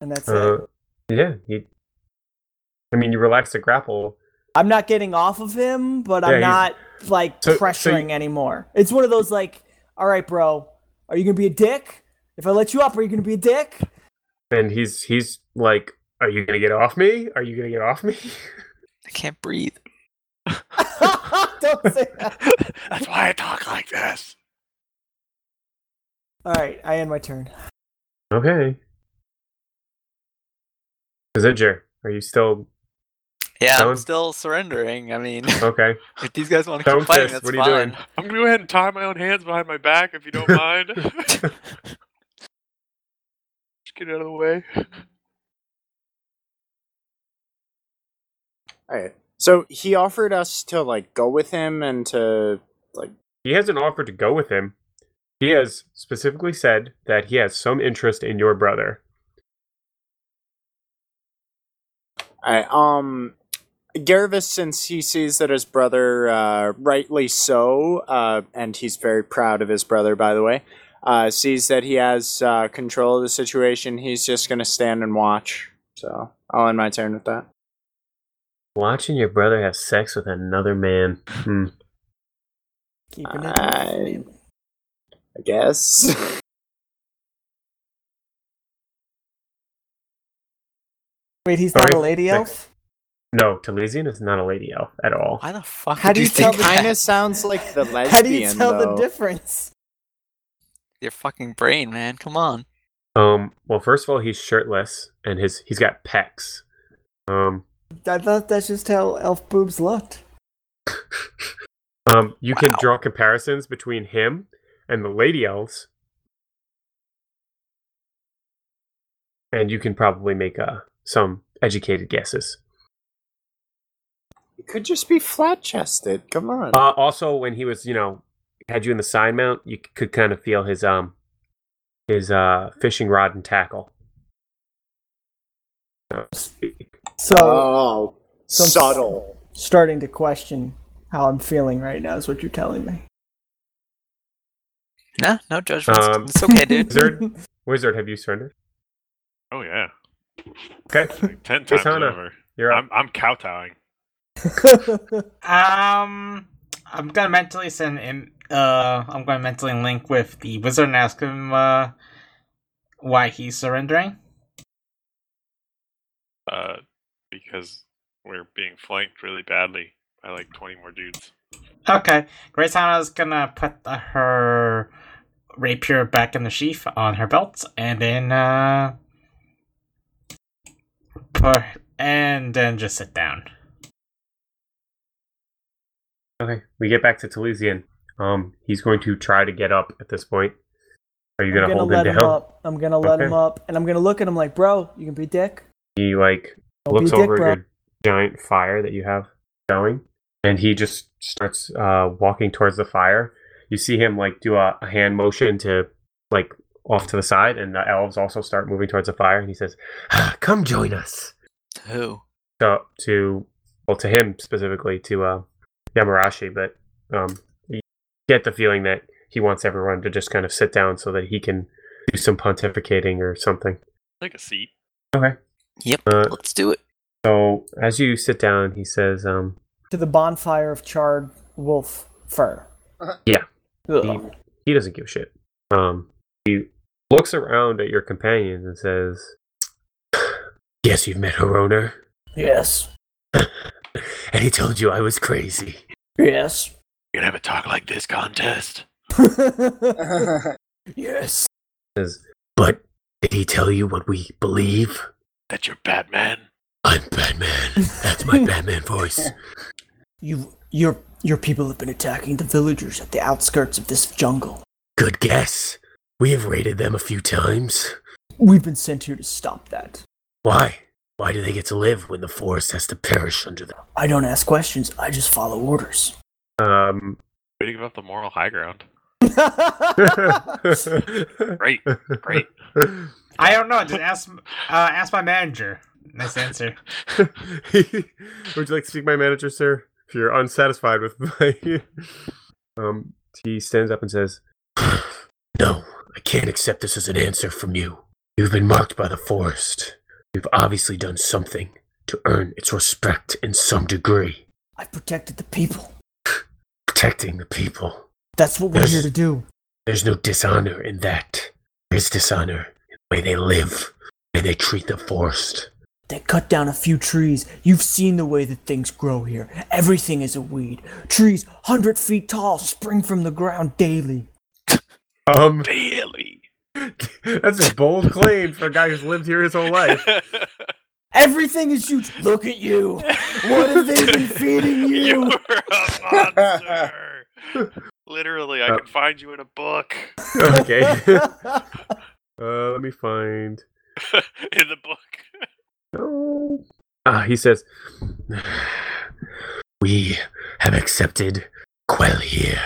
Speaker 3: And that's
Speaker 1: Uh,
Speaker 3: it.
Speaker 1: yeah. You, I mean, you relax the grapple.
Speaker 3: I'm not getting off of him, but
Speaker 1: Yeah,
Speaker 3: I'm
Speaker 1: he's-
Speaker 3: not like
Speaker 1: So- so you-
Speaker 3: pressuring anymore. It's one of those like, all right, bro, are you gonna be a dick? If I let you up, are you gonna be a dick?
Speaker 1: And he's he's like, "Are you gonna get off me? Are you gonna get off me?"
Speaker 5: I can't breathe.
Speaker 3: Don't say that.
Speaker 6: That's why I talk like this.
Speaker 3: All right, I end my turn.
Speaker 1: okay. Zinger, are you still
Speaker 5: Yeah, I'm
Speaker 1: Don't-
Speaker 5: still surrendering. I mean,
Speaker 1: okay?
Speaker 5: if these guys want to
Speaker 1: Don't
Speaker 5: keep fighting,
Speaker 1: fist,
Speaker 5: that's
Speaker 1: what
Speaker 5: what
Speaker 1: are you doing?
Speaker 5: fine.
Speaker 6: I'm gonna go ahead and tie my own hands behind my back if you don't mind. Just get out of the way.
Speaker 2: All right. So he offered us to like go with him and to
Speaker 1: He hasn't offered to go with him. He has specifically said that he has some interest in your brother.
Speaker 2: I um Garvis, since he sees that his brother, uh, rightly so, uh, and he's very proud of his brother, by the way, uh, sees that he has uh, control of the situation. He's just gonna stand and watch. So I'll end my turn with that.
Speaker 1: Watching your brother have sex with another man. Hmm.
Speaker 3: Keeping it.
Speaker 2: I, I guess.
Speaker 3: Wait, he's
Speaker 1: All
Speaker 3: not a
Speaker 1: right,
Speaker 3: lady
Speaker 1: next.
Speaker 3: elf.
Speaker 1: No, Talesian is not a lady elf at all.
Speaker 5: Why the fuck
Speaker 3: How
Speaker 5: did
Speaker 3: do you tell
Speaker 5: think
Speaker 3: the-
Speaker 5: that?
Speaker 2: Kind of sounds like the lesbian.
Speaker 3: How do you tell
Speaker 2: though.
Speaker 3: the difference?
Speaker 5: Your fucking brain, man. Come on.
Speaker 1: Um. Well, first of all, he's shirtless and his he's got pecs. Um.
Speaker 3: I thought that's just how elf boobs looked.
Speaker 1: Um. You can
Speaker 5: Wow.
Speaker 1: draw comparisons between him and the lady elves, and you can probably make uh, some educated guesses.
Speaker 2: It could just be flat chested. Come on.
Speaker 1: Uh, also, when he was, you know, had you in the side mount, you c- could kind of feel his um his uh fishing rod and tackle. So,
Speaker 3: So
Speaker 2: oh,
Speaker 3: Some-
Speaker 2: subtle.
Speaker 3: starting to question how I'm feeling right now is what you're telling me.
Speaker 5: No, no judgments.
Speaker 1: Um,
Speaker 5: it's okay, dude.
Speaker 1: Wizard, wizard, have you surrendered?
Speaker 6: Oh yeah.
Speaker 1: Okay,
Speaker 6: Like ten times
Speaker 1: Hana.
Speaker 6: over.
Speaker 1: you're up.
Speaker 6: I'm I'm kowtowing.
Speaker 4: Um, I'm gonna mentally send him. Uh, I'm gonna mentally link with the wizard and ask him uh, why he's surrendering.
Speaker 6: Uh, because we're being flanked really badly by like twenty more dudes.
Speaker 4: Okay, Grace Hannah's gonna put the- her rapier back in the sheath on her belt, and then uh, Or, and then just sit down.
Speaker 1: Okay, we get back to Talesian. Um, he's going to try to get up at this point. Are you
Speaker 3: I'm
Speaker 1: gonna,
Speaker 3: gonna
Speaker 1: hold
Speaker 3: let
Speaker 1: him
Speaker 3: him
Speaker 1: down?
Speaker 3: up. I'm gonna let him
Speaker 1: Okay.
Speaker 3: up, and I'm gonna look at him like, bro, you can be a dick.
Speaker 1: He like
Speaker 3: Don't
Speaker 1: looks
Speaker 3: be a dick,
Speaker 1: over
Speaker 3: bro.
Speaker 1: your giant fire that you have going, and he just starts uh, walking towards the fire. You see him like do a, a hand motion to like off to the side, and the elves also start moving towards the fire. And he says, "Ah, "Come join us."
Speaker 5: Who?
Speaker 1: So to well to him specifically to uh, Yamarashi, but um, you get the feeling that he wants everyone to just kind of sit down so that he can do some pontificating or something.
Speaker 6: Take a seat.
Speaker 1: Okay.
Speaker 5: Yep.
Speaker 1: Uh,
Speaker 5: Let's do it.
Speaker 1: So as you sit down, he says, um,
Speaker 3: To the bonfire of charred wolf fur.
Speaker 1: Yeah.
Speaker 3: Ugh.
Speaker 1: he, he doesn't give a shit. Um, he looks around at your companions and says, "Yes, you've met Hironer,
Speaker 3: Yes.
Speaker 1: and he told you I was crazy."
Speaker 3: Yes.
Speaker 6: You can have a talk like this contest.
Speaker 3: yes.
Speaker 1: Says, "But did he tell you what we believe?"
Speaker 6: That you're Batman.
Speaker 1: I'm Batman. That's my Batman voice.
Speaker 3: You, your, your people have been attacking the villagers at the outskirts of this jungle.
Speaker 1: Good guess. We have raided them a few times.
Speaker 3: We've been sent here to stop that.
Speaker 1: Why? Why do they get to live when the forest has to perish under them?
Speaker 3: I don't ask questions. I just follow orders.
Speaker 1: Um.
Speaker 6: Way to give up the moral high ground. Great. Great.
Speaker 4: I don't know. Just ask uh, ask my manager. Nice answer.
Speaker 1: Would you like to speak to my manager, sir? If you're unsatisfied with my. um, he stands up and says, No, I can't accept this as an answer from you. You've been marked by the forest. You've obviously done something to earn its respect in some degree.
Speaker 3: I protected the people.
Speaker 1: Protecting the people.
Speaker 3: That's what we're here to do.
Speaker 1: There's no dishonor in that. There's dishonor in the way they live, the way they treat the forest.
Speaker 3: They cut down a few trees. You've seen the way that things grow here. Everything is a weed. Trees, hundred feet tall, spring from the ground daily.
Speaker 1: Um,
Speaker 6: Daily.
Speaker 1: that's a bold claim for a guy who's lived here his whole life.
Speaker 3: Everything is huge. Look at you. What have they been feeding you?
Speaker 6: You're a monster. Literally, I
Speaker 1: Uh,
Speaker 6: can find you in a book.
Speaker 1: Okay. uh, let me find.
Speaker 6: in the book.
Speaker 1: No. Ah, he says, We have accepted Quell here.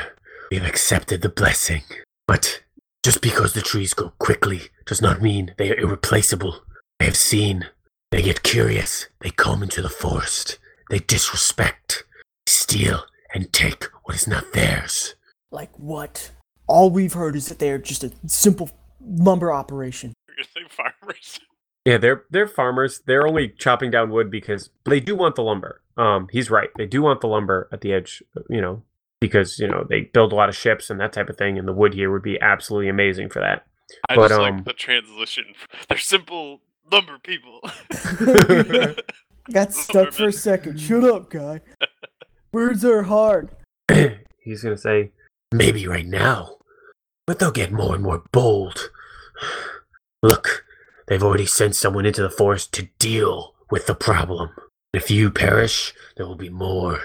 Speaker 1: We have accepted the blessing. But just because the trees grow quickly does not mean they are irreplaceable. I have seen. They get curious. They come into the forest. They disrespect, steal, and take what is not theirs.
Speaker 3: Like what? All we've heard is that they are just a simple lumber operation.
Speaker 6: You're gonna say farmers.
Speaker 1: Yeah, they're they're farmers. They're only chopping down wood because they do want the lumber. Um, he's right. They do want the lumber at the edge, you know, because you know they build a lot of ships and that type of thing, and the wood here would be absolutely amazing for that.
Speaker 6: I
Speaker 1: But,
Speaker 6: just
Speaker 1: um,
Speaker 6: like the transition. They're simple lumber people.
Speaker 3: Got stuck for a second. Shut up, guy. Words are hard.
Speaker 1: he's gonna say, maybe right now, but they'll get more and more bold. Look, they've already sent someone into the forest to deal with the problem. If you perish, there will be more.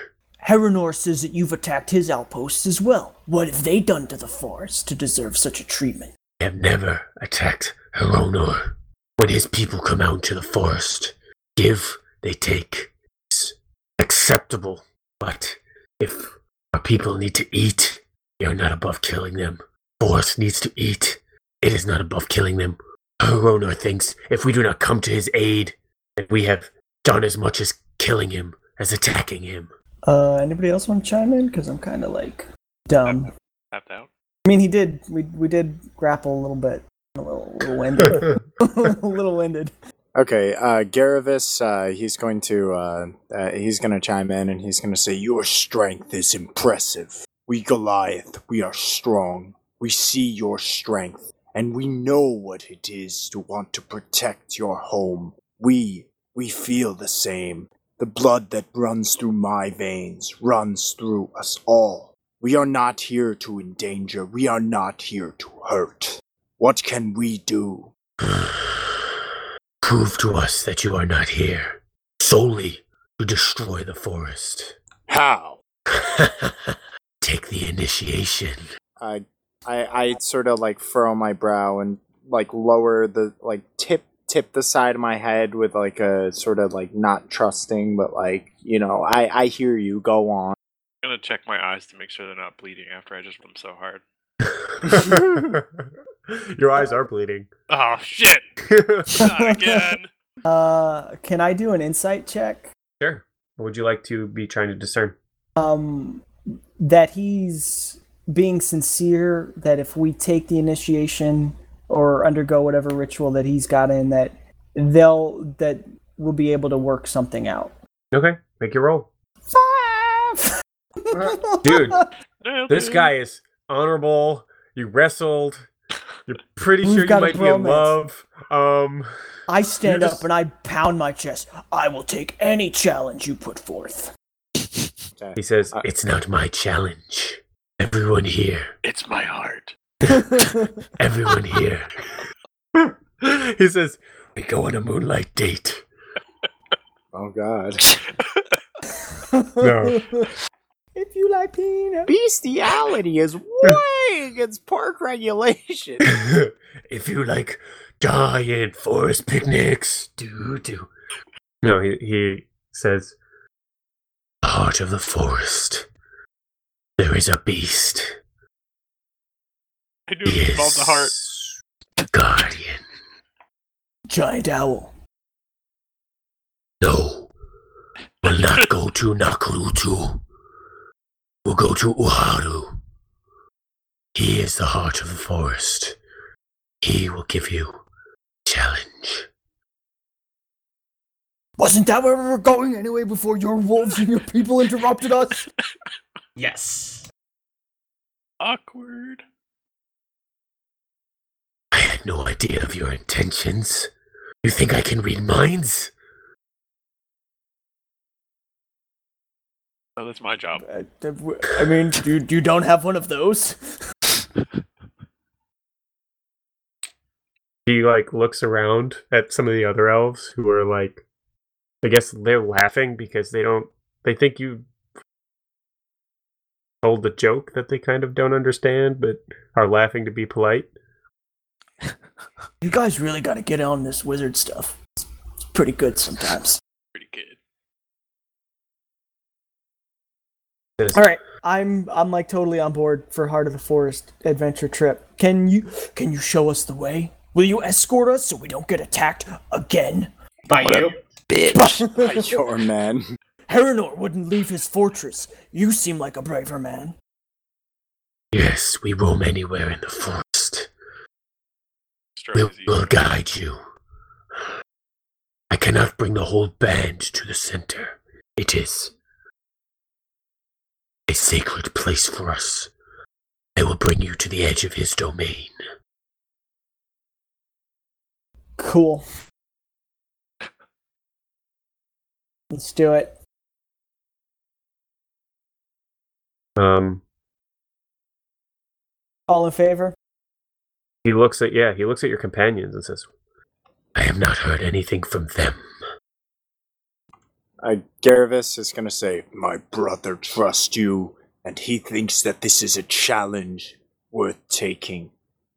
Speaker 3: Heronor says that you've attacked his outposts as well. What have they done to the forest to deserve such a treatment?
Speaker 1: I have never attacked Heronor. When his people come out into the forest, give, they take. It's acceptable. But if our people need to eat, we are not above killing them. Forest needs to eat. It is not above killing them. Heronor thinks if we do not come to his aid, that we have done as much as killing him as attacking him.
Speaker 3: Uh, anybody else want to chime in? Because I'm kind of like dumb.
Speaker 6: Tapped out.
Speaker 3: I mean, he did. We we did grapple a little bit. A little, little winded. a little winded.
Speaker 2: Okay, uh, Garavis, uh, he's going to uh, uh, he's going to chime in and he's going to say, "Your strength is impressive. We Goliath, we are strong. We see your strength, and we know what it is to want to protect your home. We we feel the same. The blood that runs through my veins runs through us all. We are not here to endanger. We are not here to hurt. What can we do?"
Speaker 1: Prove to us that you are not here solely to destroy the forest.
Speaker 2: How?
Speaker 1: Take the initiation.
Speaker 2: I I I sort of like furrow my brow and like lower the like tip tip the side of my head with like a sort of like not trusting but like you know I I hear you go on.
Speaker 6: I'm gonna check my eyes to make sure they're not bleeding after I just ripped them so hard.
Speaker 1: Your eyes are bleeding.
Speaker 6: Oh shit! Not again.
Speaker 3: Uh, can I do an insight check?
Speaker 1: Sure. What would you like to be trying to discern?
Speaker 3: Um, that he's being sincere. That if we take the initiation or undergo whatever ritual that he's got in, that they'll that we'll be able to work something out.
Speaker 1: Okay, make your roll.
Speaker 12: Five.
Speaker 1: Uh, Dude,
Speaker 6: Nailed
Speaker 1: This
Speaker 3: Mm.
Speaker 6: it.
Speaker 1: guy is honorable. You wrestled. You're pretty
Speaker 3: We've
Speaker 1: sure you
Speaker 3: got a
Speaker 1: might be in
Speaker 3: bromance.
Speaker 1: love. Um,
Speaker 3: I stand
Speaker 1: You're just-
Speaker 3: up and I pound my chest. I will take any challenge you put forth.
Speaker 1: he says, "It's not my challenge. Everyone here,
Speaker 6: It's my heart.
Speaker 1: everyone here." he says, "We go on a moonlight date."
Speaker 2: Oh God,
Speaker 1: No.
Speaker 3: If you like peanut.
Speaker 2: bestiality is way against park regulation.
Speaker 1: if you like giant forest picnics, do do. No, he he says, "Heart of the forest. There is a beast."
Speaker 6: I knew it involved the heart.
Speaker 1: Guardian.
Speaker 3: Giant owl.
Speaker 1: No. We'll not go to Nakarutu. We'll go to Uharu. He is the heart of the forest. He will give you challenge.
Speaker 3: Wasn't that where we were going anyway before your wolves and your people interrupted us?
Speaker 4: Yes.
Speaker 6: Awkward.
Speaker 1: I had no idea of your intentions. You think I can read minds?
Speaker 6: No, Oh, that's my job.
Speaker 3: Uh, that w- I mean, you, you don't have one of those.
Speaker 1: He like looks around at some of the other elves who are like I guess they're laughing because they don't they think you told the joke that they kind of don't understand but are laughing to be polite.
Speaker 3: You guys really got to get on this wizard stuff. It's- It's pretty good sometimes.
Speaker 6: Pretty good.
Speaker 1: Says,
Speaker 3: All right, I'm I'm like totally on board for Heart of the Forest adventure trip. Can you can you show us the way? Will you escort us so we don't get attacked again?
Speaker 4: By you?
Speaker 5: Bitch.
Speaker 2: Sure, man.
Speaker 3: Heronor wouldn't leave his fortress. You seem like a braver man.
Speaker 1: Yes, we roam anywhere in the forest. We'll,
Speaker 6: Strategy.
Speaker 1: we'll guide you. I cannot bring the whole band to the center. It is a sacred place for us. I will bring you to the edge of his domain.
Speaker 3: Cool. Let's do it.
Speaker 1: Um,
Speaker 3: All in favor?
Speaker 1: he looks at yeah, he looks at your companions and says, "I have not heard anything from them."
Speaker 2: Uh, Garvis is gonna say, "My brother trusts you, and he thinks that this is a challenge worth taking.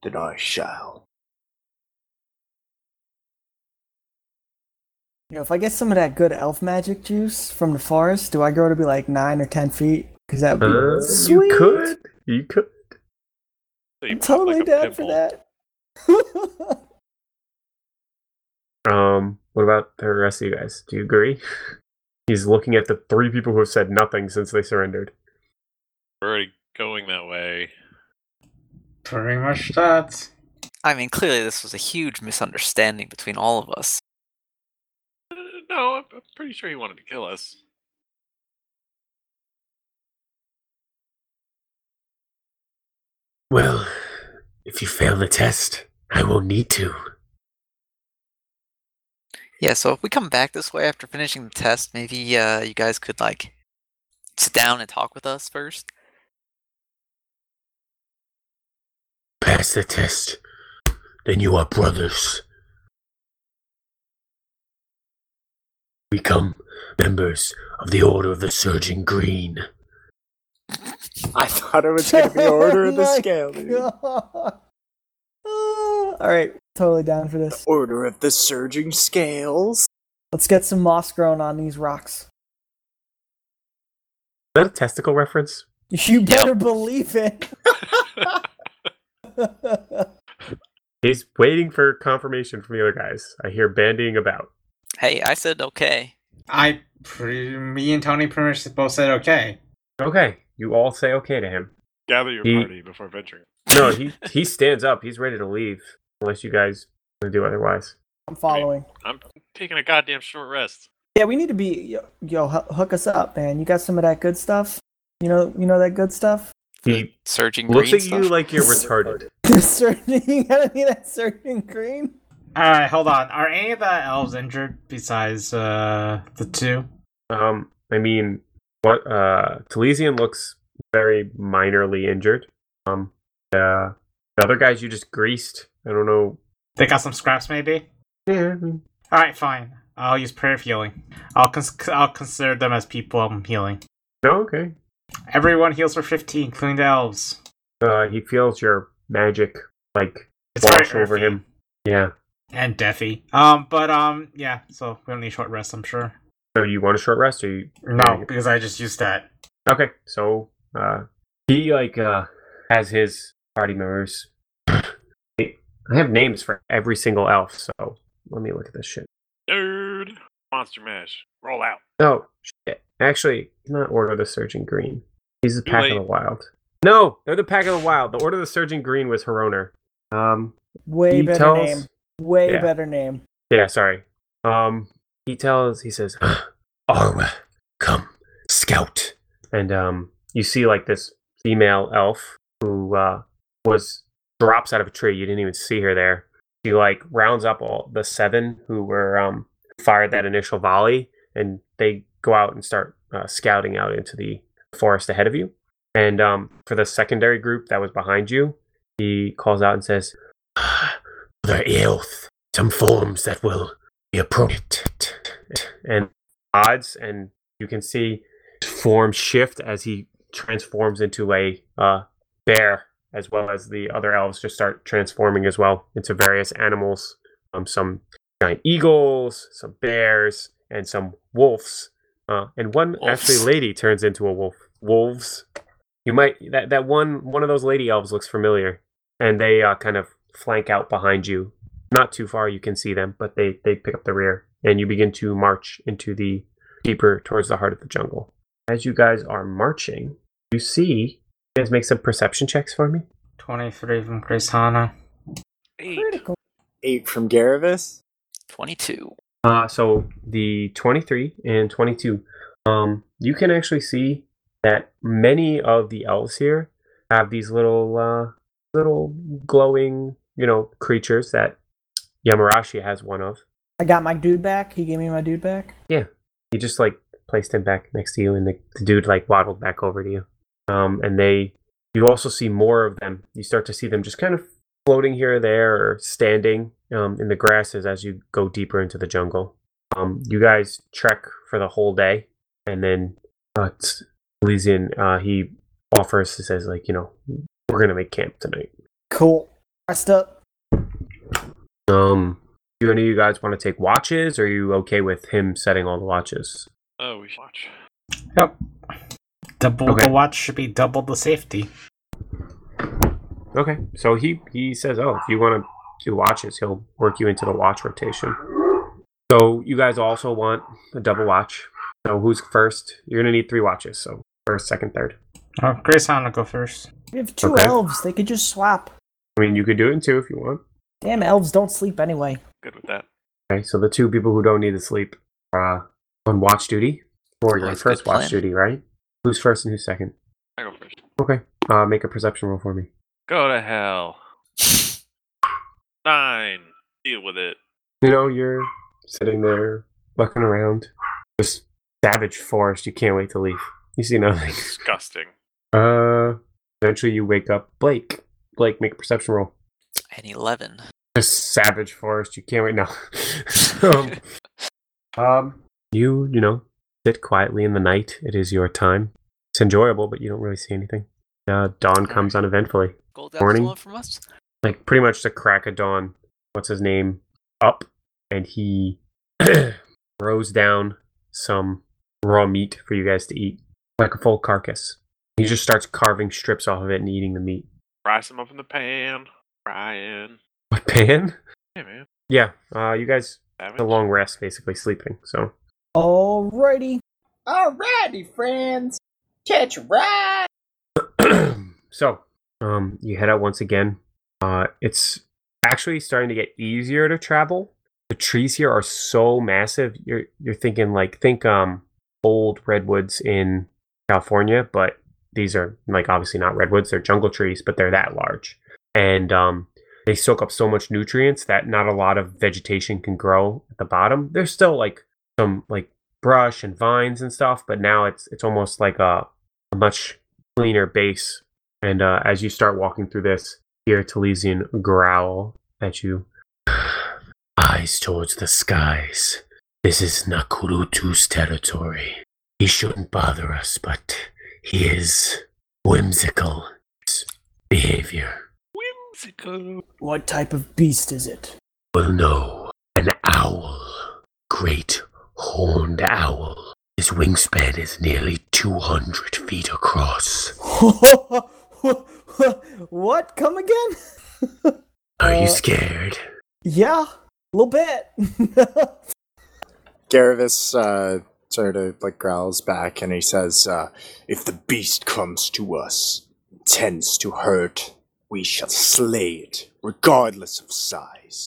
Speaker 2: That I shall."
Speaker 3: You know, if I get some of that good elf magic juice from the forest, do I grow to be like nine or ten feet? Because that would be
Speaker 1: Uh,
Speaker 3: sweet.
Speaker 1: you could, you could.
Speaker 6: They
Speaker 3: I'm
Speaker 6: pop like
Speaker 3: totally
Speaker 6: a
Speaker 3: down for
Speaker 6: pimple.
Speaker 3: that.
Speaker 1: Um, what about the rest of you guys? Do you agree? He's looking at the three people who have said nothing since they surrendered.
Speaker 6: We're already going that way.
Speaker 4: Pretty much that.
Speaker 5: I mean, clearly this was a huge misunderstanding between all of us.
Speaker 6: Uh, No, I'm I'm pretty sure he wanted to kill us.
Speaker 1: Well, if you fail the test, I will need to.
Speaker 5: Yeah, so if we come back this way after finishing the test, maybe uh, you guys could like sit down and talk with us first.
Speaker 1: Pass the test, then you are brothers. become members of the Order of the Surgeon Green.
Speaker 2: I thought it was gonna be order of the
Speaker 3: Oh My
Speaker 2: scale. dude.
Speaker 3: God. Ah, all right, totally down for this.
Speaker 2: Order of the surging scales.
Speaker 3: Let's get some moss growing on these rocks.
Speaker 13: Is that a testicle reference?
Speaker 3: You better believe it.
Speaker 13: He's waiting for confirmation from the other guys. I hear bandying about.
Speaker 5: Hey, I said okay.
Speaker 4: I, pre- me and Tony pretty much both said okay.
Speaker 13: Okay, you all say okay to him.
Speaker 6: Gather your
Speaker 13: He-
Speaker 6: party before venturing.
Speaker 13: No, he he stands up. He's ready to leave unless you guys want to do otherwise.
Speaker 3: I'm following.
Speaker 6: I'm taking a goddamn short rest.
Speaker 3: Yeah, we need to be yo, yo hu- hook us up, man. You got some of that good stuff? You know, you know that good stuff.
Speaker 13: He
Speaker 5: Surging
Speaker 13: looks
Speaker 5: green
Speaker 13: at
Speaker 5: stuff.
Speaker 13: you like you're retarded.
Speaker 3: Certain, you gotta be that certain green.
Speaker 4: All right, hold on. Are any of the elves injured besides uh the two?
Speaker 13: Um, I mean, what? Uh, Talesian looks very minorly injured. Um, uh, the other guys you just greased. I don't know.
Speaker 4: They got some scraps, maybe.
Speaker 13: Yeah, I mean,
Speaker 4: All right, fine. I'll use prayer of healing. I'll cons- I'll consider them as people I'm healing.
Speaker 13: no, okay.
Speaker 4: Everyone heals for fifteen, including the elves.
Speaker 13: Uh, he feels your magic like
Speaker 4: It's
Speaker 13: wash
Speaker 4: very
Speaker 13: over
Speaker 4: earthy.
Speaker 13: him. Yeah.
Speaker 4: and Deffy. Um, but um, yeah. So we don't need short rest, I'm sure.
Speaker 13: So you want a short rest, or you?
Speaker 4: No, because I just used that.
Speaker 13: Okay, so uh, he like uh, has his party members. I have names for every single elf, so let me look at this shit.
Speaker 6: Nerd. Monster Mash. Roll out.
Speaker 13: Oh shit! Actually, not Order of the Surgeon Green. He's the
Speaker 6: Too
Speaker 13: Pack
Speaker 6: late.
Speaker 13: of the Wild. No, they're the Pack of the Wild. The Order of the Surgeon Green was Hironer. Um,
Speaker 3: Way
Speaker 13: he
Speaker 3: better
Speaker 13: tells-
Speaker 3: name. Way
Speaker 13: Yeah.
Speaker 3: better name.
Speaker 13: Yeah, sorry. Um, he tells. He says,
Speaker 1: Arwa, come, scout.
Speaker 13: and um, you see like this female elf who uh, was drops out of a tree. You didn't even see her there. She like rounds up all the seven who were um, fired that initial volley, and they go out and start uh, scouting out into the forest ahead of you. And um, for the secondary group that was behind you, he calls out and says, "Ah,
Speaker 1: Other ilth, some forms that will be appropriate.
Speaker 13: and odds and you can see form shift as he transforms into a uh, bear as well as the other elves just start transforming as well into various animals um, some giant eagles some bears and some wolves uh, and one actually
Speaker 5: Wolves.
Speaker 13: lady turns into a wolf wolves you might that, that one one of those lady elves looks familiar and they uh, kind of flank out behind you not too far you can see them but they they pick up the rear and you begin to march into the deeper towards the heart of the jungle as you guys are marching you see you guys make some perception checks for me
Speaker 4: Twenty-three from Chris Hanna.
Speaker 6: Eight.
Speaker 14: Critical.
Speaker 2: Eight from Garavis.
Speaker 5: 22.
Speaker 13: uh so the 23 and 22 um you can actually see that many of the elves here have these little uh little glowing you know creatures that yamarashi has one of
Speaker 3: I got my dude back. He gave me my dude back.
Speaker 13: he just like placed him back next to you and the, the dude like waddled back over to you um, and they you also see more of them you start to see them just kind of floating here or there or standing um, in the grasses as you go deeper into the jungle um, you guys trek for the whole day and then uh, t- Elysian, uh he offers he says like you know we're gonna make camp tonight
Speaker 3: Cool. Rest up.
Speaker 13: um do any of you guys want to take watches or are you okay with him setting all the watches
Speaker 6: Oh, we should watch.
Speaker 4: Yep. Double
Speaker 13: Okay.
Speaker 4: the watch should be double the safety.
Speaker 13: Okay, so he he says, "Oh, if you want to do watches, he'll work you into the watch rotation." So you guys also want a double watch. So who's first? You're gonna need three watches. So first, second, third.
Speaker 4: Oh, Chris Hanna go first.
Speaker 3: We have two
Speaker 13: Okay.
Speaker 3: elves. They could just swap.
Speaker 13: I mean, you could do it in two if you want.
Speaker 3: Damn, elves don't sleep anyway.
Speaker 6: Good with that.
Speaker 13: Okay, so the two people who don't need to sleep are uh, on watch duty or your
Speaker 5: Always
Speaker 13: first
Speaker 5: good
Speaker 13: watch
Speaker 5: plan.
Speaker 13: duty, right? Who's first and who's second?
Speaker 6: I go first.
Speaker 13: Okay, uh, make a perception roll for me.
Speaker 6: Go to hell. Nine. Deal with it.
Speaker 13: You know, you're sitting there looking around this savage forest. You can't wait to leave. You see nothing.
Speaker 6: Disgusting.
Speaker 13: Uh, eventually you wake up. Blake, Blake, make a perception roll.
Speaker 5: And 11.
Speaker 13: This savage forest, you can't wait. No. um, um, You, you know, sit quietly in the night. It is your time. It's enjoyable, but you don't really see anything. Uh, dawn comes uneventfully.
Speaker 5: Gold apple
Speaker 13: Morning.
Speaker 5: stolen from us.
Speaker 13: like pretty much the crack of dawn. What's his name? Up, and he throws down some raw meat for you guys to eat, like a full carcass. He just starts carving strips off of it and eating the meat.
Speaker 6: Fry some up in the pan. Ryan.
Speaker 13: What pan?
Speaker 6: Hey man.
Speaker 13: Yeah, uh, you guys
Speaker 6: Savage.
Speaker 13: had a long rest, basically sleeping. So
Speaker 3: Alrighty.
Speaker 15: Alrighty, friends. Catch a ride.
Speaker 13: so um, you head out once again. Uh, it's actually starting to get easier to travel. The trees here are so massive. You're you're thinking like think um old redwoods in California, but these are like obviously not redwoods. They're jungle trees, but they're that large, and um, they soak up so much nutrients that not a lot of vegetation can grow at the bottom. There's still like some like brush and vines and stuff, but now it's it's almost like a, a much cleaner base and uh, as you start walking through this, hear Talesian growl at you.
Speaker 1: Eyes towards the skies. This is Nakurutu's territory. He shouldn't bother us, but he is whimsical behavior.
Speaker 6: Whimsical.
Speaker 3: What type of beast is it?
Speaker 1: Well, no, an owl. Great horned owl. His wingspan is nearly 200 feet across.
Speaker 3: what? Come again?
Speaker 1: Are
Speaker 3: Uh,
Speaker 1: you scared?
Speaker 3: yeah, a little bit. Uh,
Speaker 2: Garavis uh, sort of like growls back and he says, uh, If the beast comes to us, intends to hurt, we shall slay it, regardless of size.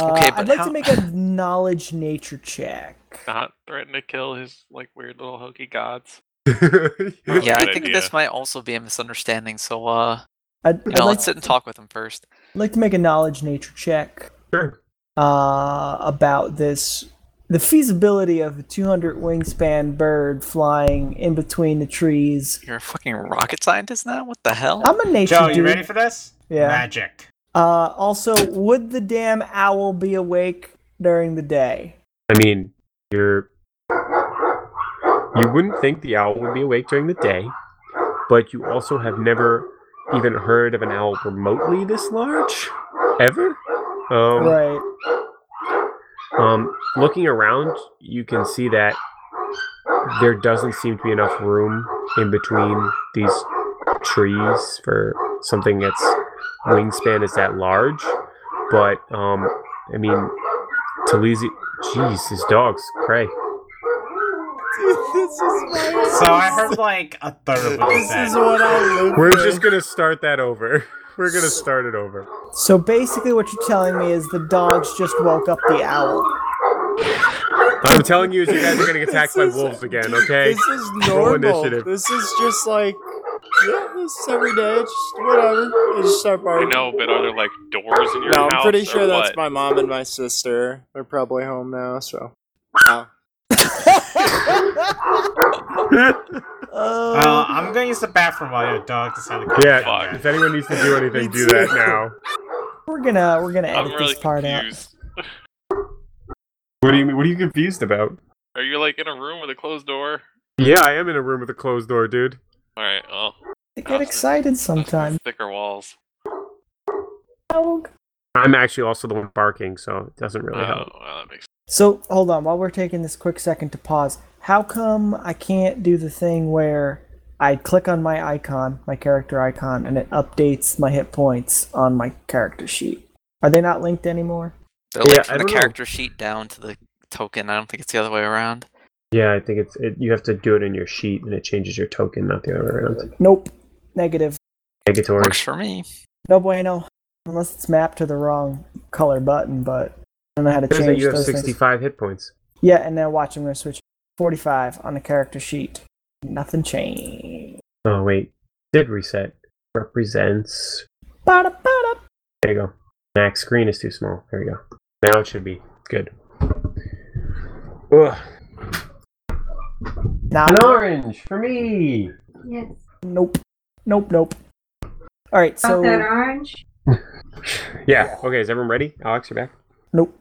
Speaker 3: Uh,
Speaker 5: Okay, but
Speaker 3: I'd like
Speaker 5: how-
Speaker 3: to make a knowledge nature check.
Speaker 6: Not threaten to kill his like weird little hokey gods.
Speaker 13: yeah,
Speaker 5: yeah, I
Speaker 6: good
Speaker 5: think
Speaker 6: idea.
Speaker 5: this might also be a misunderstanding. So, uh,
Speaker 3: I'd,
Speaker 5: you
Speaker 3: I'd
Speaker 5: know,
Speaker 3: like,
Speaker 5: let's sit and talk with him first.
Speaker 3: like to make a knowledge nature check
Speaker 13: Sure.
Speaker 3: uh, about this, the feasibility of a 200 wingspan bird flying in between the trees.
Speaker 5: You're a fucking rocket scientist now. What the hell?
Speaker 3: I'm a nature
Speaker 4: Joe,
Speaker 3: dude.
Speaker 4: you ready for this?
Speaker 3: Yeah.
Speaker 4: Magic.
Speaker 3: Uh, also, would the damn owl be awake during the day?
Speaker 13: I mean, you're you wouldn't think the owl would be awake during the day, but you also have never even heard of an owl remotely this large ever.
Speaker 4: Oh.
Speaker 13: Um,
Speaker 3: Right.
Speaker 13: Um, looking around, you can see that there doesn't seem to be enough room in between these trees for something that's wingspan is that large. But um, I mean, Talisi, jeez, his dog's cray.
Speaker 2: this is my
Speaker 4: So I heard like a third of what you
Speaker 2: This
Speaker 4: said.
Speaker 2: is what I live
Speaker 13: We're
Speaker 2: with.
Speaker 13: just gonna start that over. We're gonna start it over.
Speaker 3: So basically, what you're telling me is the dogs just woke up the owl.
Speaker 13: I'm telling you, is you guys are getting attacked by
Speaker 2: This is-
Speaker 13: wolves again. Okay.
Speaker 2: This is
Speaker 13: Roll
Speaker 2: normal.
Speaker 13: initiative.
Speaker 2: This is just like, yeah, this is every day. It's just whatever. It's just our
Speaker 6: I
Speaker 2: party.
Speaker 6: know, but are there like doors in your
Speaker 2: No,
Speaker 6: house?
Speaker 2: I'm pretty
Speaker 6: or
Speaker 2: sure that's
Speaker 6: what?
Speaker 2: my mom and my sister. They're probably home now, so. Oh.
Speaker 4: Well,
Speaker 3: Uh,
Speaker 4: I'm gonna use the bathroom while your dog decided to come
Speaker 13: Yeah.
Speaker 6: Fuck.
Speaker 13: If anyone needs to do anything, do that now.
Speaker 3: we're gonna we're gonna edit
Speaker 6: I'm really
Speaker 3: this part out.
Speaker 6: confused.
Speaker 13: What do you mean? What are you confused about?
Speaker 6: Are you like in a room with a closed door?
Speaker 13: Yeah, I am in a room with a closed door, dude.
Speaker 6: All right. Well,
Speaker 3: They get excited sometimes.
Speaker 6: thicker walls.
Speaker 14: Dog.
Speaker 13: I'm actually also the one barking, so it doesn't really
Speaker 6: Oh,
Speaker 13: help.
Speaker 6: well, that makes.
Speaker 3: So hold on, while we're taking this quick second to pause, how come I can't do the thing where I click on my icon, my character icon, and it updates my hit points on my character sheet? Are they not linked anymore?
Speaker 5: They're like
Speaker 13: Yeah, I
Speaker 5: from the
Speaker 13: don't know.
Speaker 5: character sheet down to the token. I don't think it's the other way around.
Speaker 13: Yeah, I think it's it, you have to do it in your sheet, and it changes your token, not the other way around.
Speaker 3: Nope. Negative.
Speaker 13: Negatory.
Speaker 5: Works for me.
Speaker 3: No bueno. Unless it's mapped to the wrong color button, but I don't know how to
Speaker 13: It says that
Speaker 3: change
Speaker 13: you have
Speaker 3: those things.
Speaker 13: 65 hit points.
Speaker 3: Yeah, and now watch, I'm gonna switch 45 on the character sheet. Nothing changed.
Speaker 13: Oh wait, did reset represents.
Speaker 3: Bada bada.
Speaker 13: There you go. Max screen is too small. There you go. Now it should be good. Ugh.
Speaker 3: Not
Speaker 13: An orange for me.
Speaker 16: Yes.
Speaker 3: Nope. Nope, nope. All right,
Speaker 16: Got that
Speaker 3: so
Speaker 16: orange?
Speaker 13: Yeah. Okay. Is everyone ready? Alex, you're back.
Speaker 3: nope.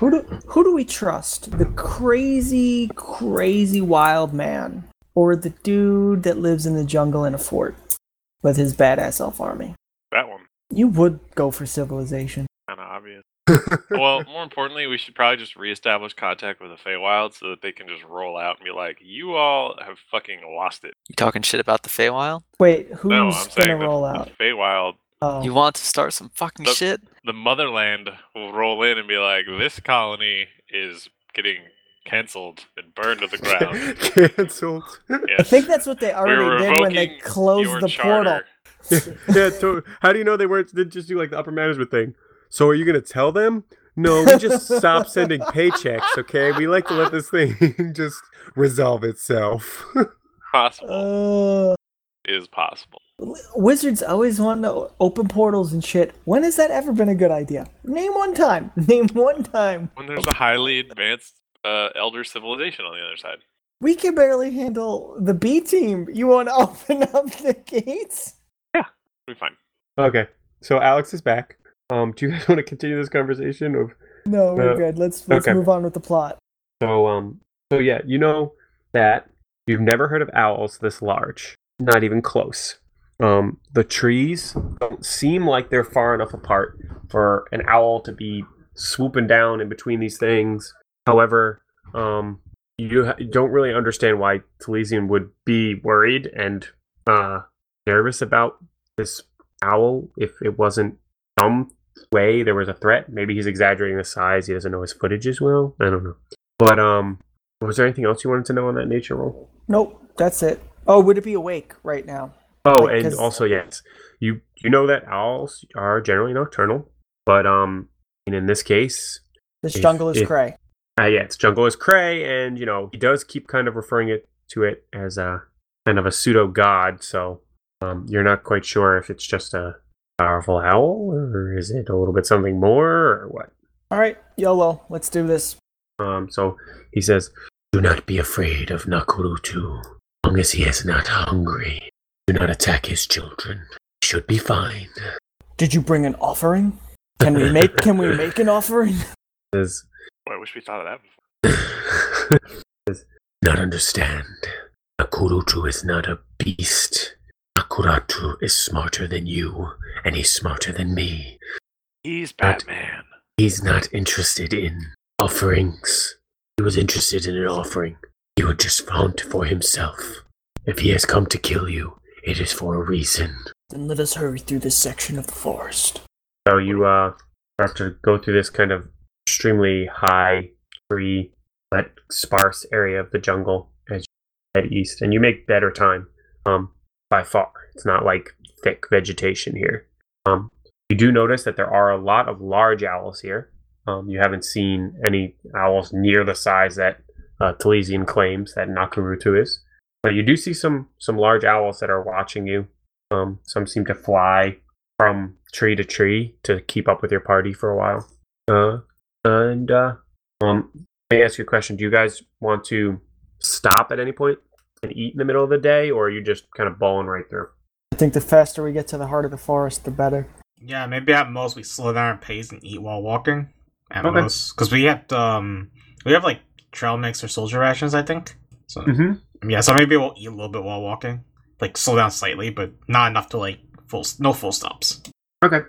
Speaker 3: Who do who do we trust? The crazy, crazy wild man, or the dude that lives in the jungle in a fort with his badass elf army?
Speaker 6: That one.
Speaker 3: You would go for civilization.
Speaker 6: Kind of obvious. well, more importantly, we should probably just reestablish contact with the Feywild so that they can just roll out and be like, "You all have fucking lost it."
Speaker 5: You talking shit about the Feywild?
Speaker 3: Wait, who's
Speaker 6: no, I'm
Speaker 3: gonna
Speaker 6: saying the-
Speaker 3: roll
Speaker 6: the,
Speaker 3: out?
Speaker 6: Feywild,
Speaker 3: Oh,
Speaker 5: You want to start some fucking
Speaker 6: Look-
Speaker 5: shit?
Speaker 6: the motherland, will roll in and be like, "This colony is getting canceled and burned to the ground."
Speaker 13: Cancelled.
Speaker 6: Yes.
Speaker 3: I think that's what they
Speaker 6: We're
Speaker 3: already did when they
Speaker 6: revoking
Speaker 3: closed
Speaker 6: your
Speaker 3: the portal.
Speaker 6: charter.
Speaker 13: yeah, to, how do you know they weren't? They just do like the upper management thing. So are you gonna tell them? No, we just stop sending paychecks. Okay, we like to let this thing just resolve itself.
Speaker 6: Possible
Speaker 3: Uh,
Speaker 6: is possible.
Speaker 3: wizards always want to open portals and shit. When has that ever been a good idea? Name one time. Name one time.
Speaker 6: When there's a highly advanced uh, elder civilization on the other side.
Speaker 3: We can barely handle the B team. You want to open up the gates?
Speaker 6: We'll be fine.
Speaker 13: okay, so Alex is back. Um, do you guys want to continue this conversation of
Speaker 3: No, we're
Speaker 13: Uh,
Speaker 3: good. Let's let's
Speaker 13: okay.
Speaker 3: move on with the plot.
Speaker 13: So um so yeah, you know that you've never heard of owls this large. Not even close. Um the trees don't seem like they're far enough apart for an owl to be swooping down in between these things. However, um you ha- don't really understand why Talesian would be worried and uh nervous about this owl if it wasn't some way there was a threat. Maybe he's exaggerating the size, he doesn't know his footage as well. I don't know. But um, was there anything else you wanted to know on that nature roll?
Speaker 3: Nope, that's it. Oh, would it be awake right now?
Speaker 13: Oh,
Speaker 3: Like,
Speaker 13: and
Speaker 3: 'cause-
Speaker 13: also yes, you you know that owls are generally nocturnal, but um, and in this case,
Speaker 3: This
Speaker 13: If-
Speaker 3: jungle is
Speaker 13: if-
Speaker 3: cray.
Speaker 13: uh, yeah, it's jungle is cray, and you know he does keep kind of referring it to it as a kind of a pseudo god. So um, you're not quite sure if it's just a powerful owl, or is it a little bit something more, or what.
Speaker 3: All right, YOLO. Let's do this.
Speaker 13: Um, so he says,
Speaker 1: Do not be afraid of Nakurutu. Long as he is not hungry, do not attack his children. Should be fine.
Speaker 3: Did you bring an offering? Can we make Can we make an offering?
Speaker 13: says
Speaker 6: Boy, I wish we thought of that before.
Speaker 1: not understand. Nakurutu is not a beast. Nakuratu is smarter than you, and he's smarter than me.
Speaker 6: He's
Speaker 1: Right.
Speaker 6: Batman.
Speaker 1: He's not interested in offerings. He was interested in an offering. He would just want for himself. If he has come to kill you, it is for a reason.
Speaker 3: Then let us hurry through this section of the forest.
Speaker 13: So you uh, have to go through this kind of extremely high tree, but sparse area of the jungle as you head east, and you make better time um, by far. It's not like thick vegetation here. Um, you do notice that there are a lot of large owls here. Um, you haven't seen any owls near the size that uh, Talesian claims that Nakarutu is, but you do see some some large owls that are watching you. Um, some seem to fly from tree to tree to keep up with your party for a while. Uh, and uh, um, let me ask you a question: Do you guys want to stop at any point and eat in the middle of the day, or are you just kind of balling right through?
Speaker 3: I think the faster we get to the heart of the forest, the better.
Speaker 4: Yeah, maybe at most we slow down our pace and eat while walking. At
Speaker 13: Okay.
Speaker 4: most, because we have um, we have like trail mix or soldier rations, I think. So
Speaker 13: Mm-hmm.
Speaker 4: yeah, so maybe we'll eat a little bit while walking, like slow down slightly, but not enough to like full no full stops.
Speaker 13: Okay.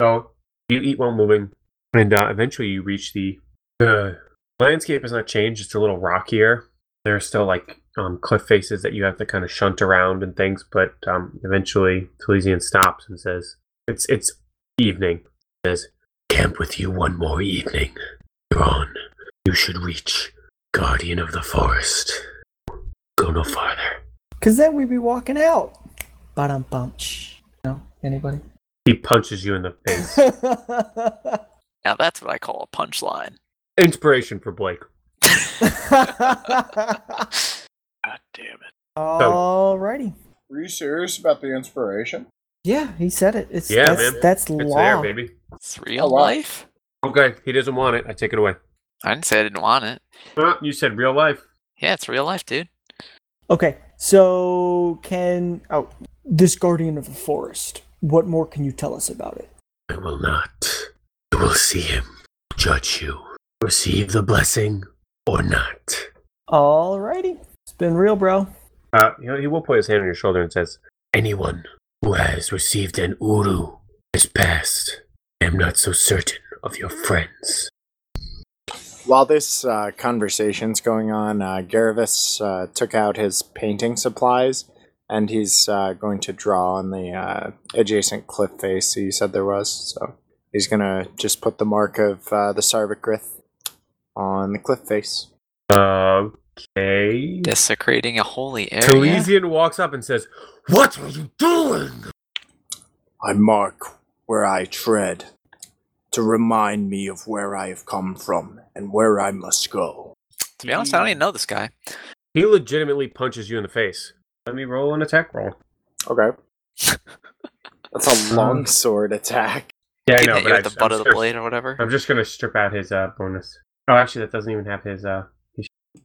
Speaker 13: So you eat while moving, and uh, eventually you reach the. The landscape has not changed; it's a little rockier. There are still like um, cliff faces that you have to kind of shunt around and things, but um, eventually Talesian stops and says, "It's it's evening." Says,
Speaker 1: Camp with you one more evening. Euron, you should reach Guardian of the Forest. Go no farther.
Speaker 3: Cause then we'd be walking out. Bottom bump. No, anybody?
Speaker 13: He punches you in the face.
Speaker 5: Now that's what I call a punchline.
Speaker 13: Inspiration for Blake.
Speaker 6: God damn it.
Speaker 3: Alrighty.
Speaker 15: Were you serious about the inspiration?
Speaker 3: Yeah, he said it. It's
Speaker 13: Yeah,
Speaker 3: that's,
Speaker 13: man.
Speaker 3: that's
Speaker 13: It's
Speaker 3: law.
Speaker 13: there, baby.
Speaker 5: It's real
Speaker 15: wow.
Speaker 5: life.
Speaker 13: Okay, he doesn't want it. I take it away.
Speaker 5: I didn't say I didn't want it.
Speaker 13: Uh, you said real life.
Speaker 5: Yeah, it's real life, dude.
Speaker 3: Okay, so can oh this guardian of the forest. What more can you tell us about it?
Speaker 1: I will not. You will see him, judge you. receive the blessing or not.
Speaker 3: Alrighty. It's been real, bro.
Speaker 13: Uh, he- he will put his hand on your shoulder and says,
Speaker 1: Anyone who has received an uru has passed. I am not so certain of your friends.
Speaker 2: While this uh, conversation's going on, uh, Garavis uh, took out his painting supplies and he's uh, going to draw on the uh, adjacent cliff face he said there was. So he's going to just put the mark of uh, the Sarvagrith on the cliff face.
Speaker 13: Okay.
Speaker 5: Desecrating a holy area.
Speaker 13: Talesian walks up and says, What are you doing?
Speaker 2: I mark where I tread to remind me of where I have come from and where I must go.
Speaker 5: To be honest, I don't even know this guy.
Speaker 13: He legitimately punches you in the face. Let me roll an attack roll.
Speaker 2: Okay. That's a long sword attack.
Speaker 13: Yeah,
Speaker 5: Getting hit you with the butt
Speaker 13: I'm
Speaker 5: of the
Speaker 13: just-
Speaker 5: blade or whatever.
Speaker 13: I'm just gonna strip out his uh, bonus. Oh, actually, that doesn't even have his. uh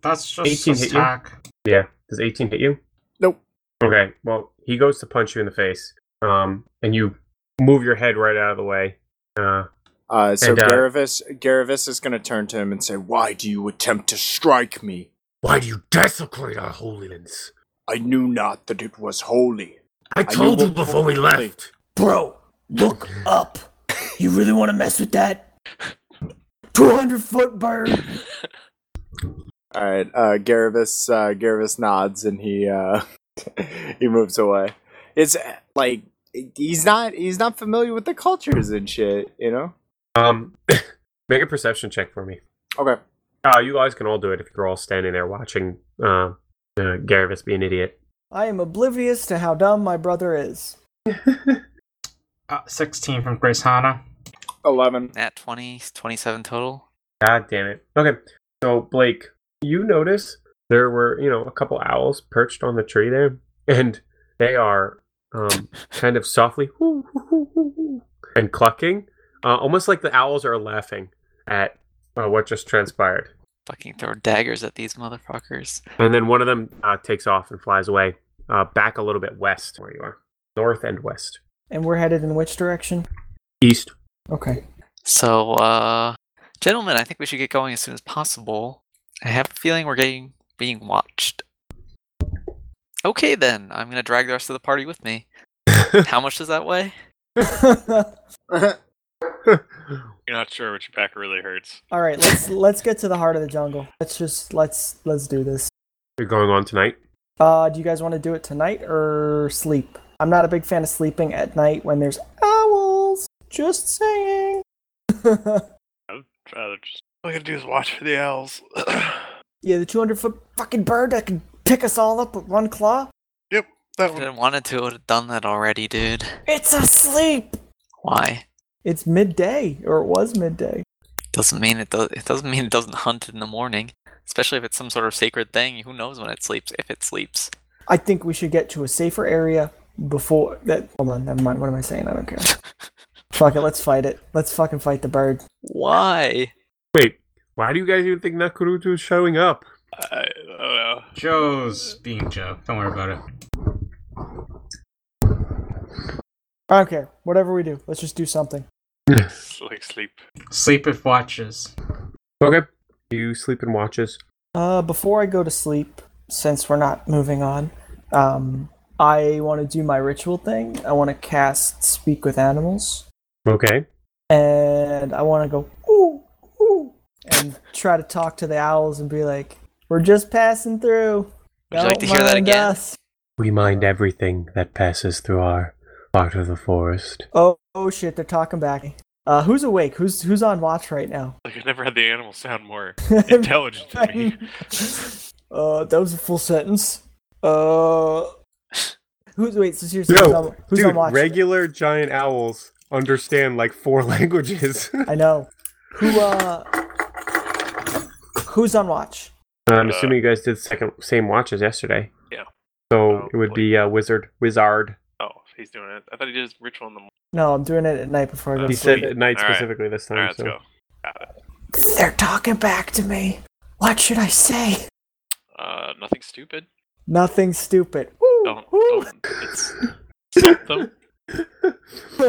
Speaker 4: That's
Speaker 13: 18
Speaker 4: just
Speaker 13: hit you?
Speaker 4: attack.
Speaker 13: Yeah, does 18 hit you?
Speaker 2: Nope.
Speaker 13: Okay, well, he goes to punch you in the face, um, and you move your head right out of the way. Uh,
Speaker 2: Uh, so
Speaker 13: And, uh,
Speaker 2: Garavis, Garavis is going to turn to him and say, "Why do you attempt to strike me?
Speaker 1: Why do you desecrate our holiness?
Speaker 2: I knew not that it was holy."
Speaker 1: I
Speaker 2: you
Speaker 1: told you
Speaker 2: will
Speaker 1: before we
Speaker 2: only-
Speaker 1: left.
Speaker 3: Bro, look up. You really want to mess with that? 200 foot bird.
Speaker 2: All right, uh, Garavis, uh, Garavis nods and he uh, he moves away. It's uh, like he's not he's not familiar with the cultures and shit, you know.
Speaker 13: um, make a perception check for me.
Speaker 2: Okay.
Speaker 13: Uh, you guys can all do it if you're all standing there watching uh, uh, Garavis be an idiot.
Speaker 3: I am oblivious to how dumb my brother is.
Speaker 4: Uh, 16 from Grace Hana.
Speaker 2: Eleven.
Speaker 5: Nat 20, 27 total.
Speaker 13: God damn it. Okay, so Blake, you notice there were you know a couple owls perched on the tree there, and they are um, kind of softly "Hoo, hoo, hoo, hoo, hoo," and clucking, uh, almost like the owls are laughing at uh, what just transpired.
Speaker 5: Fucking throw daggers at these motherfuckers.
Speaker 13: And then one of them uh, takes off and flies away uh, back a little bit west where you are, north and west,
Speaker 3: And we're headed in which direction?
Speaker 13: east.
Speaker 3: Okay.
Speaker 5: So, uh, gentlemen, I think we should get going as soon as possible. I have a feeling we're getting being watched. Okay, then I'm gonna drag the rest of the party with me. How much does that weigh?
Speaker 6: You're not sure, but your back really hurts.
Speaker 3: All right, let's let's get to the heart of the jungle. Let's just let's let's do this.
Speaker 13: You're going on tonight.
Speaker 3: Uh, do you guys want to do it tonight or sleep? I'm not a big fan of sleeping at night when there's owls. Just saying. yeah,
Speaker 6: I'd rather just all I gotta do is watch for the owls.
Speaker 3: the 200 foot fucking bird that can pick us all up with one claw.
Speaker 6: that
Speaker 5: If I didn't wanted to would have done that already, dude.
Speaker 3: It's asleep.
Speaker 5: Why?
Speaker 3: It's midday, or it was midday.
Speaker 5: Doesn't mean it does. It doesn't mean it doesn't hunt in the morning. Especially if it's some sort of sacred thing. Who knows when it sleeps? If it sleeps.
Speaker 3: I think we should get to a safer area before that. Hold on, never mind. What am I saying? I don't care. Fuck it, let's fight it. Let's fucking fight the bird.
Speaker 5: Why?
Speaker 13: Wait, why do you guys even think Nakuruto is showing up?
Speaker 6: I don't know.
Speaker 4: Joe's being Joe. Don't worry about it.
Speaker 3: I don't care. Whatever we do, let's just do something.
Speaker 6: It's like sleep.
Speaker 4: Sleep with watches.
Speaker 13: Okay. You sleep and watches.
Speaker 3: Uh, before I go to sleep, since we're not moving on, um, I want to do my ritual thing. I want to cast Speak with Animals,
Speaker 13: Okay.
Speaker 3: and I want to go ooh ooh and try to talk to the owls and be like, "We're just passing through.
Speaker 5: Would you like
Speaker 3: Don't
Speaker 5: to hear that
Speaker 3: mind
Speaker 5: again?
Speaker 3: us."
Speaker 1: We mind everything that passes through our part of the forest.
Speaker 3: Oh, oh shit, they're talking back. Uh, who's awake? Who's who's on watch right now?
Speaker 6: Like I never had the animal sound more intelligent to me.
Speaker 3: uh, that was a full sentence. Uh, who's wait? So seriously,
Speaker 13: Yo,
Speaker 3: who's on, who's on watch?
Speaker 13: regular giant owls understand like four languages. Uh,
Speaker 3: I know. Who uh? Who's on watch?
Speaker 13: I'm assuming you guys did second same watches yesterday.
Speaker 6: Yeah.
Speaker 13: So
Speaker 6: Oh,
Speaker 13: it would be uh, wizard wizard.
Speaker 6: Oh, he's doing it. I thought he did his ritual in the morning.
Speaker 3: No, I'm doing it at night before I go
Speaker 6: Uh,
Speaker 3: to
Speaker 13: He
Speaker 3: sleep.
Speaker 13: said at night
Speaker 6: All right.
Speaker 13: specifically this time.
Speaker 6: Alright, let's
Speaker 13: so.
Speaker 6: go.
Speaker 3: They're talking back to me. What should I say?
Speaker 6: Uh, nothing stupid.
Speaker 3: Nothing stupid. Woo,
Speaker 6: Don't,
Speaker 3: woo.
Speaker 6: don't. It's stop them.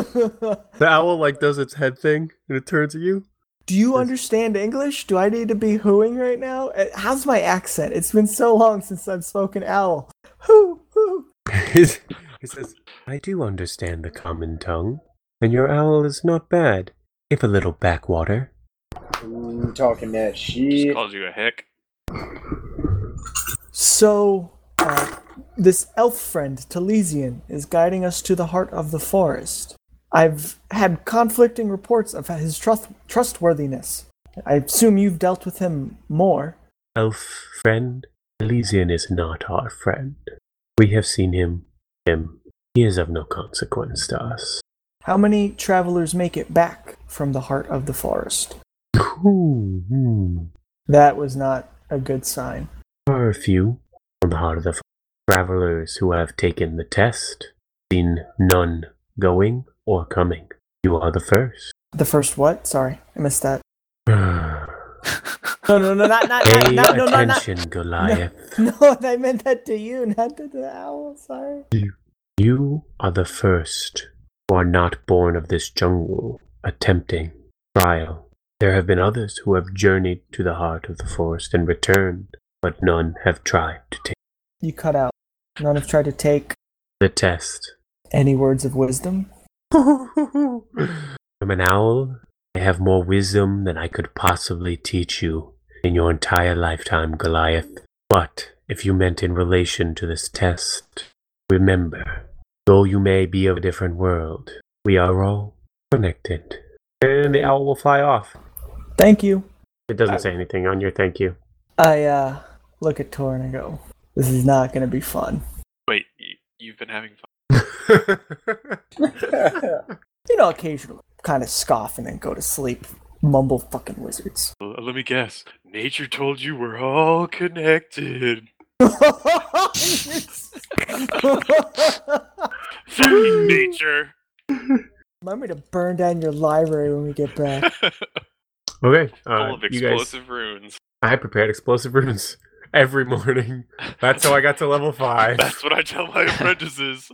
Speaker 13: The owl like does its head thing and it turns at you.
Speaker 3: Do you understand English? Do I need to be hooing right now? Uh, How's my accent? It's been so long since I've spoken owl. Hoo, hoo.
Speaker 13: he says, I do understand the common tongue, and your owl is not bad, if a little backwater.
Speaker 15: Ooh, talking that
Speaker 6: Just
Speaker 15: shit.
Speaker 6: called you a hick.
Speaker 3: So, uh, this elf friend, Talesian, is guiding us to the heart of the forest. I've had conflicting reports of his trust- trustworthiness. I assume you've dealt with him more.
Speaker 13: Elf friend, Elysian is not our friend. We have seen him, him. He is of no consequence to us.
Speaker 3: How many travelers make it back from the heart of the forest?
Speaker 13: Ooh, hmm.
Speaker 3: That was not a good sign.
Speaker 13: There are a few on the heart of the f- travelers who have taken the test, seen none going or coming. You are the first.
Speaker 3: The first what? Sorry, I missed that.
Speaker 13: Pay
Speaker 3: No, no, no, not, not, not, not, no, not, not.
Speaker 13: attention, Goliath.
Speaker 3: No, I meant that to you, not to the owl. Sorry.
Speaker 13: You are the first who are not born of this jungle attempting trial. There have been others who have journeyed to the heart of the forest and returned, but none have tried to take
Speaker 3: You cut out. None have tried to take
Speaker 13: the test.
Speaker 3: any words of wisdom.
Speaker 13: I'm an owl. I have more wisdom than I could possibly teach you in your entire lifetime, Goliath. But if you meant in relation to this test, remember, though you may be of a different world, we are all connected. And the owl will fly off.
Speaker 3: Thank you.
Speaker 13: It doesn't say anything on your thank you.
Speaker 3: I uh, look at Tor and I go, "This is not going to be fun."
Speaker 6: Wait, you, you've been having fun.
Speaker 3: You know, occasionally, kind of scoff and then go to sleep. Mumble fucking wizards.
Speaker 6: Uh, Let me guess. Nature told you we're all connected. Fucking nature.
Speaker 3: Remind me to burn down your library when we get back.
Speaker 13: okay, uh,
Speaker 6: Full of explosive runes.
Speaker 13: I prepared explosive runes every morning. That's how I got to level five.
Speaker 6: That's what I tell my apprentices.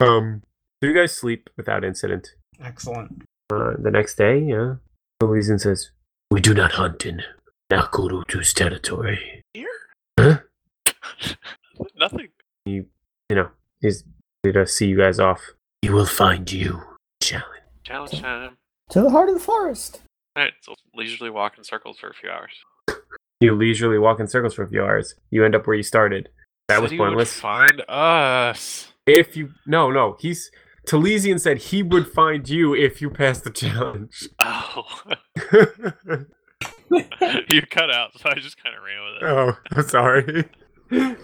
Speaker 13: um, so you guys sleep without incident.
Speaker 4: Excellent.
Speaker 13: Uh, the next day, yeah. Elysian says,
Speaker 1: We do not hunt in Nakurutu's territory.
Speaker 6: Here?
Speaker 13: Huh?
Speaker 6: Nothing.
Speaker 13: you know, he's ready to see you guys off.
Speaker 1: He will find you, challenge.
Speaker 6: Challenge time.
Speaker 3: to the heart of the forest.
Speaker 6: Alright, so leisurely walk in circles for a few hours.
Speaker 13: You leisurely walk in circles for a few hours. You end up where you started. That was
Speaker 6: Said he would
Speaker 13: pointless.
Speaker 6: Find us.
Speaker 13: If you no no, he's Talesian said he would find you if you passed the challenge.
Speaker 6: Oh. you cut out, so I just kind of ran with it.
Speaker 13: oh, I'm sorry.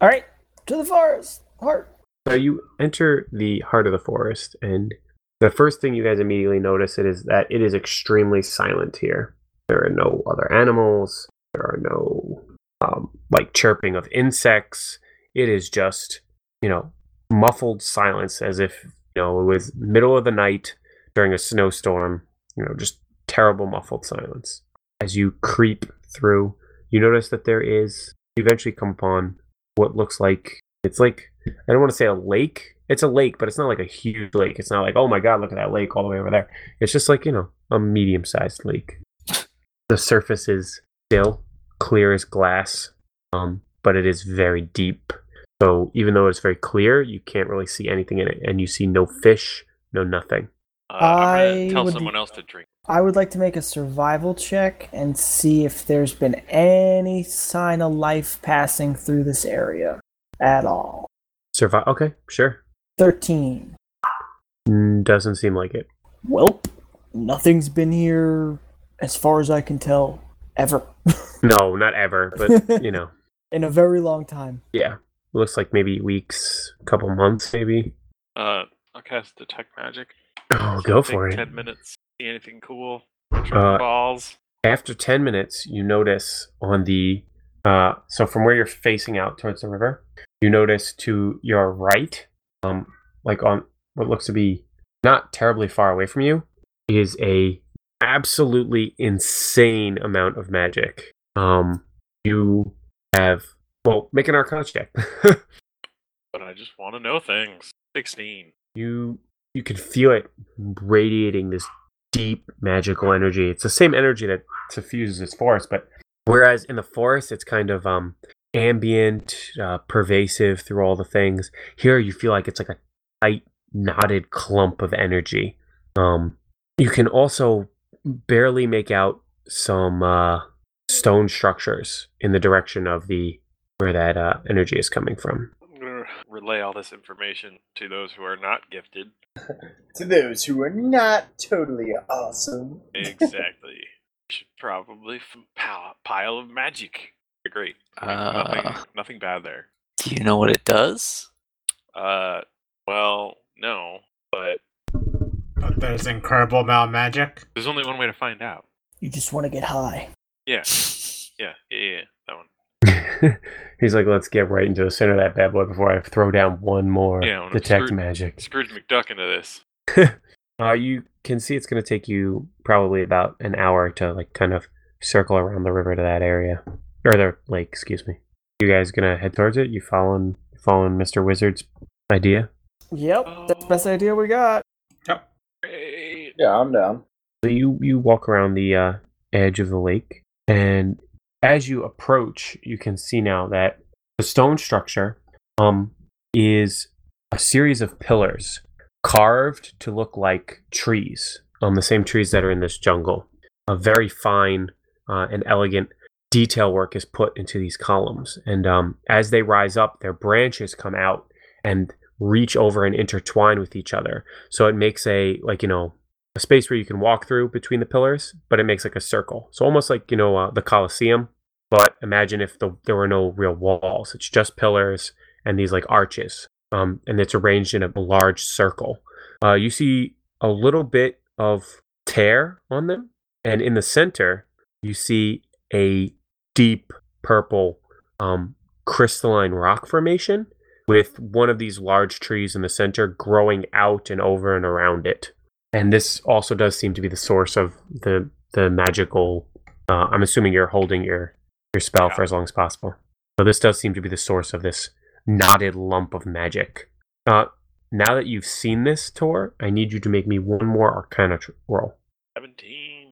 Speaker 3: All right, to the forest. Heart.
Speaker 13: So you enter the heart of the forest, and the first thing you guys immediately notice it is that it is extremely silent here. There are no other animals. There are no um, like chirping of insects. It is just you know muffled silence, as if you know it was middle of the night during a snowstorm. You know, just terrible muffled silence. As you creep through, you notice that there is. You eventually come upon what looks like it's like I don't want to say a lake. It's a lake, but it's not like a huge lake. It's not like, oh my god, look at that lake all the way over there. It's just like, you know, a medium sized lake. The surface is still clear as glass, um, but it is very deep. So even though it's very clear, you can't really see anything in it. And you see no fish, no nothing.
Speaker 6: Uh, I'm gonna
Speaker 3: I
Speaker 6: tell
Speaker 3: would-
Speaker 6: someone else to drink.
Speaker 3: I would like to make a survival check and see if there's been any sign of life passing through this area at all.
Speaker 13: Survive. Okay, sure.
Speaker 3: 13.
Speaker 13: Mm, Doesn't seem like it.
Speaker 3: Welp, nothing's been here, as far as I can tell, ever.
Speaker 13: No, not ever, but you know,
Speaker 3: In a very long time.
Speaker 13: yeah. Looks like maybe weeks, couple months, maybe.
Speaker 6: Uh, I'll cast detect magic.
Speaker 13: Oh,
Speaker 6: So
Speaker 13: go
Speaker 6: take
Speaker 13: for it.
Speaker 6: Ten minutes. See anything cool?
Speaker 13: Uh,
Speaker 6: Balls.
Speaker 13: After 10 minutes, you notice on the. Uh, so, from where you're facing out towards the river, you notice to your right, um, like on what looks to be not terribly far away from you, is a absolutely insane amount of magic. Um, you have. Well, make an arcana check.
Speaker 6: But I just want to know things. Sixteen.
Speaker 13: you you can feel it radiating this deep magical energy. It's the same energy that suffuses this forest, but whereas in the forest it's kind of um ambient, uh, pervasive through all the things. Here you feel like it's like a tight knotted clump of energy. Um, you can also barely make out some uh, stone structures in the direction of the where that uh, energy is coming from.
Speaker 6: I'm gonna relay all this information to those who are not gifted.
Speaker 15: To those who are not totally awesome.
Speaker 6: Exactly. Should probably from pile, pile of magic. Agree. nothing,
Speaker 5: Uh.
Speaker 6: nothing bad there.
Speaker 5: Do you know what it does?
Speaker 6: Uh, well, no, but
Speaker 4: But there's incredible amount of magic.
Speaker 6: there's only one way to find out.
Speaker 3: You just want to get high.
Speaker 6: Yeah, yeah, yeah, yeah. That one.
Speaker 13: He's like, let's get right into the center of that bad boy before I throw down one more
Speaker 6: Yeah, I wanna
Speaker 13: detect
Speaker 6: screw-
Speaker 13: magic.
Speaker 6: Scrooge McDuck into this.
Speaker 13: Uh, you can see it's going to take you probably about an hour to like kind of circle around the river to that area or the lake. Excuse me. You guys gonna head towards it? You following following Mister Wizard's idea?
Speaker 3: Yep, that's the best idea we got.
Speaker 6: Great.
Speaker 15: Yeah, I'm down.
Speaker 13: So you you walk around the uh, edge of the lake, and as you approach, you can see now that the stone structure um is a series of pillars carved to look like trees, um the same trees that are in this jungle. A very fine uh, and elegant detail work is put into these columns, and um, as they rise up, their branches come out and reach over and intertwine with each other. So it makes a like you know a space where you can walk through between the pillars, but it makes like a circle. So almost like you know uh, the Colosseum, but imagine if the, there were no real walls. It's just pillars and these like arches, um, and it's arranged in a large circle. Uh, you see a little bit of tear on them, and in the center you see a deep purple um, crystalline rock formation with one of these large trees in the center growing out and over and around it and this also does seem to be the source of the the magical uh, i'm assuming you're holding your your spell for
Speaker 6: Yeah.
Speaker 13: as long as possible so this does seem to be the source of this knotted lump of magic uh, now that you've seen this tor i need you to make me one more arcana tr- roll
Speaker 6: Seventeen.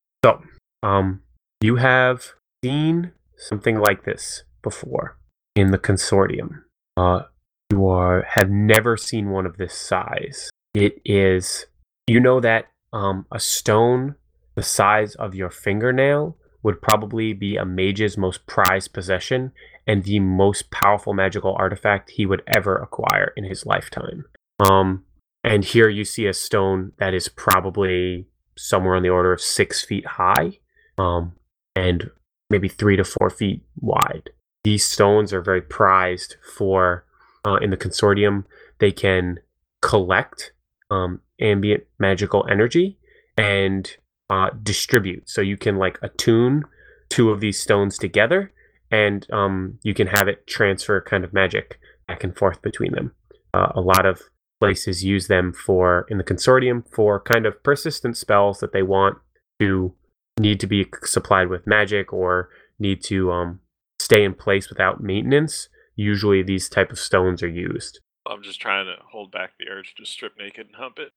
Speaker 13: um, you have seen something like this before in the consortium. Uh, you are have never seen one of this size. It is, you know that um, a stone the size of your fingernail would probably be a mage's most prized possession and the most powerful magical artifact he would ever acquire in his lifetime. Um, and here you see a stone that is probably somewhere on the order of six feet high um, and maybe three to four feet wide. These stones are very prized for uh, in the consortium. They can collect um, ambient magical energy and uh, distribute. So you can like attune two of these stones together, and um, you can have it transfer kind of magic back and forth between them. Uh, a lot of places use them for in the consortium for kind of persistent spells that they want to need to be supplied with magic or need to um, stay in place without maintenance usually these type of stones are used
Speaker 6: I'm just trying to hold back the urge to strip naked and hump it.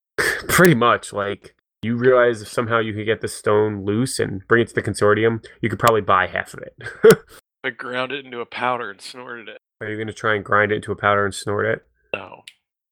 Speaker 13: pretty much like you realize if somehow you could get the stone loose and bring it to the consortium you could probably buy half of it
Speaker 6: I ground it into a powder and snorted it.
Speaker 13: are you going to try and grind it into a powder and snort it
Speaker 6: No.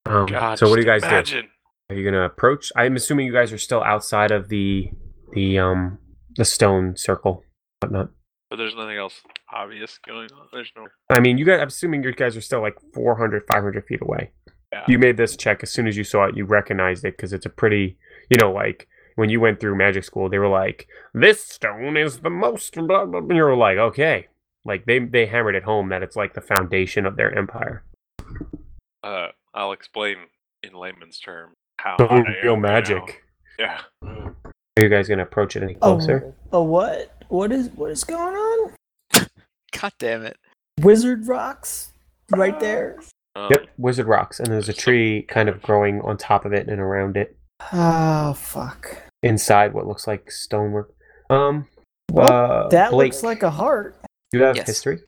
Speaker 13: um,
Speaker 6: God.
Speaker 13: so what do you
Speaker 6: just
Speaker 13: guys do
Speaker 6: imagine.
Speaker 13: Are you gonna approach? I'm assuming you guys are still outside of the the um the stone circle, whatnot.
Speaker 6: But there's nothing else obvious going on. There's no.
Speaker 13: I mean, you guys. I'm assuming you guys are still like 400, 500 feet away.
Speaker 6: Yeah.
Speaker 13: You made this check as soon as you saw it. You recognized it because it's a pretty, you know, like when you went through magic school, they were like, "This stone is the most." Blah, blah, blah. You were like, "Okay," like they they hammered it home that it's like the foundation of their empire.
Speaker 6: Uh, I'll explain in layman's terms how. I
Speaker 13: Stone
Speaker 6: am
Speaker 13: real
Speaker 6: now.
Speaker 13: magic.
Speaker 6: Yeah.
Speaker 13: Are you guys gonna approach it any closer?
Speaker 3: Oh, oh, what? What is what is going on?
Speaker 5: God damn it.
Speaker 3: Wizard rocks, right there.
Speaker 6: Um,
Speaker 13: Yep, wizard rocks, and there's a
Speaker 6: there's some-
Speaker 13: tree kind of growing on top of it and around it.
Speaker 3: Oh fuck!
Speaker 13: inside what looks like stonework. Um,
Speaker 3: Well,
Speaker 13: uh,
Speaker 3: that
Speaker 13: Blake,
Speaker 3: looks like a heart.
Speaker 13: do you have
Speaker 5: Yes.
Speaker 13: history.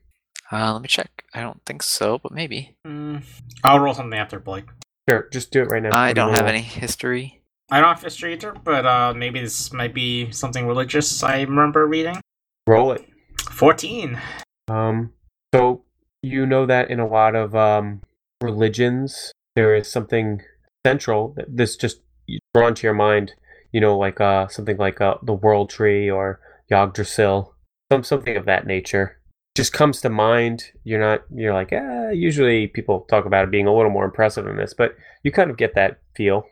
Speaker 5: Uh, let me check. I don't think so, but maybe.
Speaker 4: Mm, Hmm. I'll roll something after Blake.
Speaker 13: Sure, just do it right now.
Speaker 5: I
Speaker 13: What do you
Speaker 5: don't
Speaker 13: wanna
Speaker 5: have
Speaker 13: roll?
Speaker 5: any history.
Speaker 4: I don't know if history either, but uh, maybe this might be something religious I remember reading.
Speaker 13: Roll it.
Speaker 4: 14.
Speaker 13: Um, so you know that in a lot of um, religions, there is something central that this just drawn to your mind. You know, like uh, something like uh, the World Tree or Yggdrasil, some something of that nature. Just comes to mind. You're not. You're like, ah. Usually, people talk about it being a little more impressive than this, but you kind of get that feel.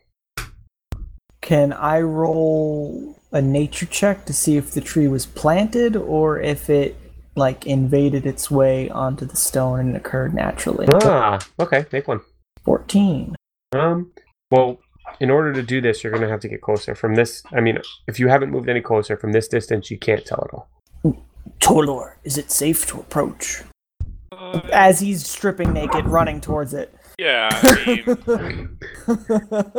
Speaker 3: Can I roll a nature check to see if the tree was planted or if it like invaded its way onto the stone and occurred naturally?
Speaker 13: Ah, okay. Make one.
Speaker 3: 14.
Speaker 13: Um, well, in order to do this, you're going to have to get closer. From this, I mean, if you haven't moved any closer from this distance, you can't tell at all.
Speaker 3: Tolor, is it safe to approach? As he's stripping naked, running towards it.
Speaker 6: uh, Yeah, I mean,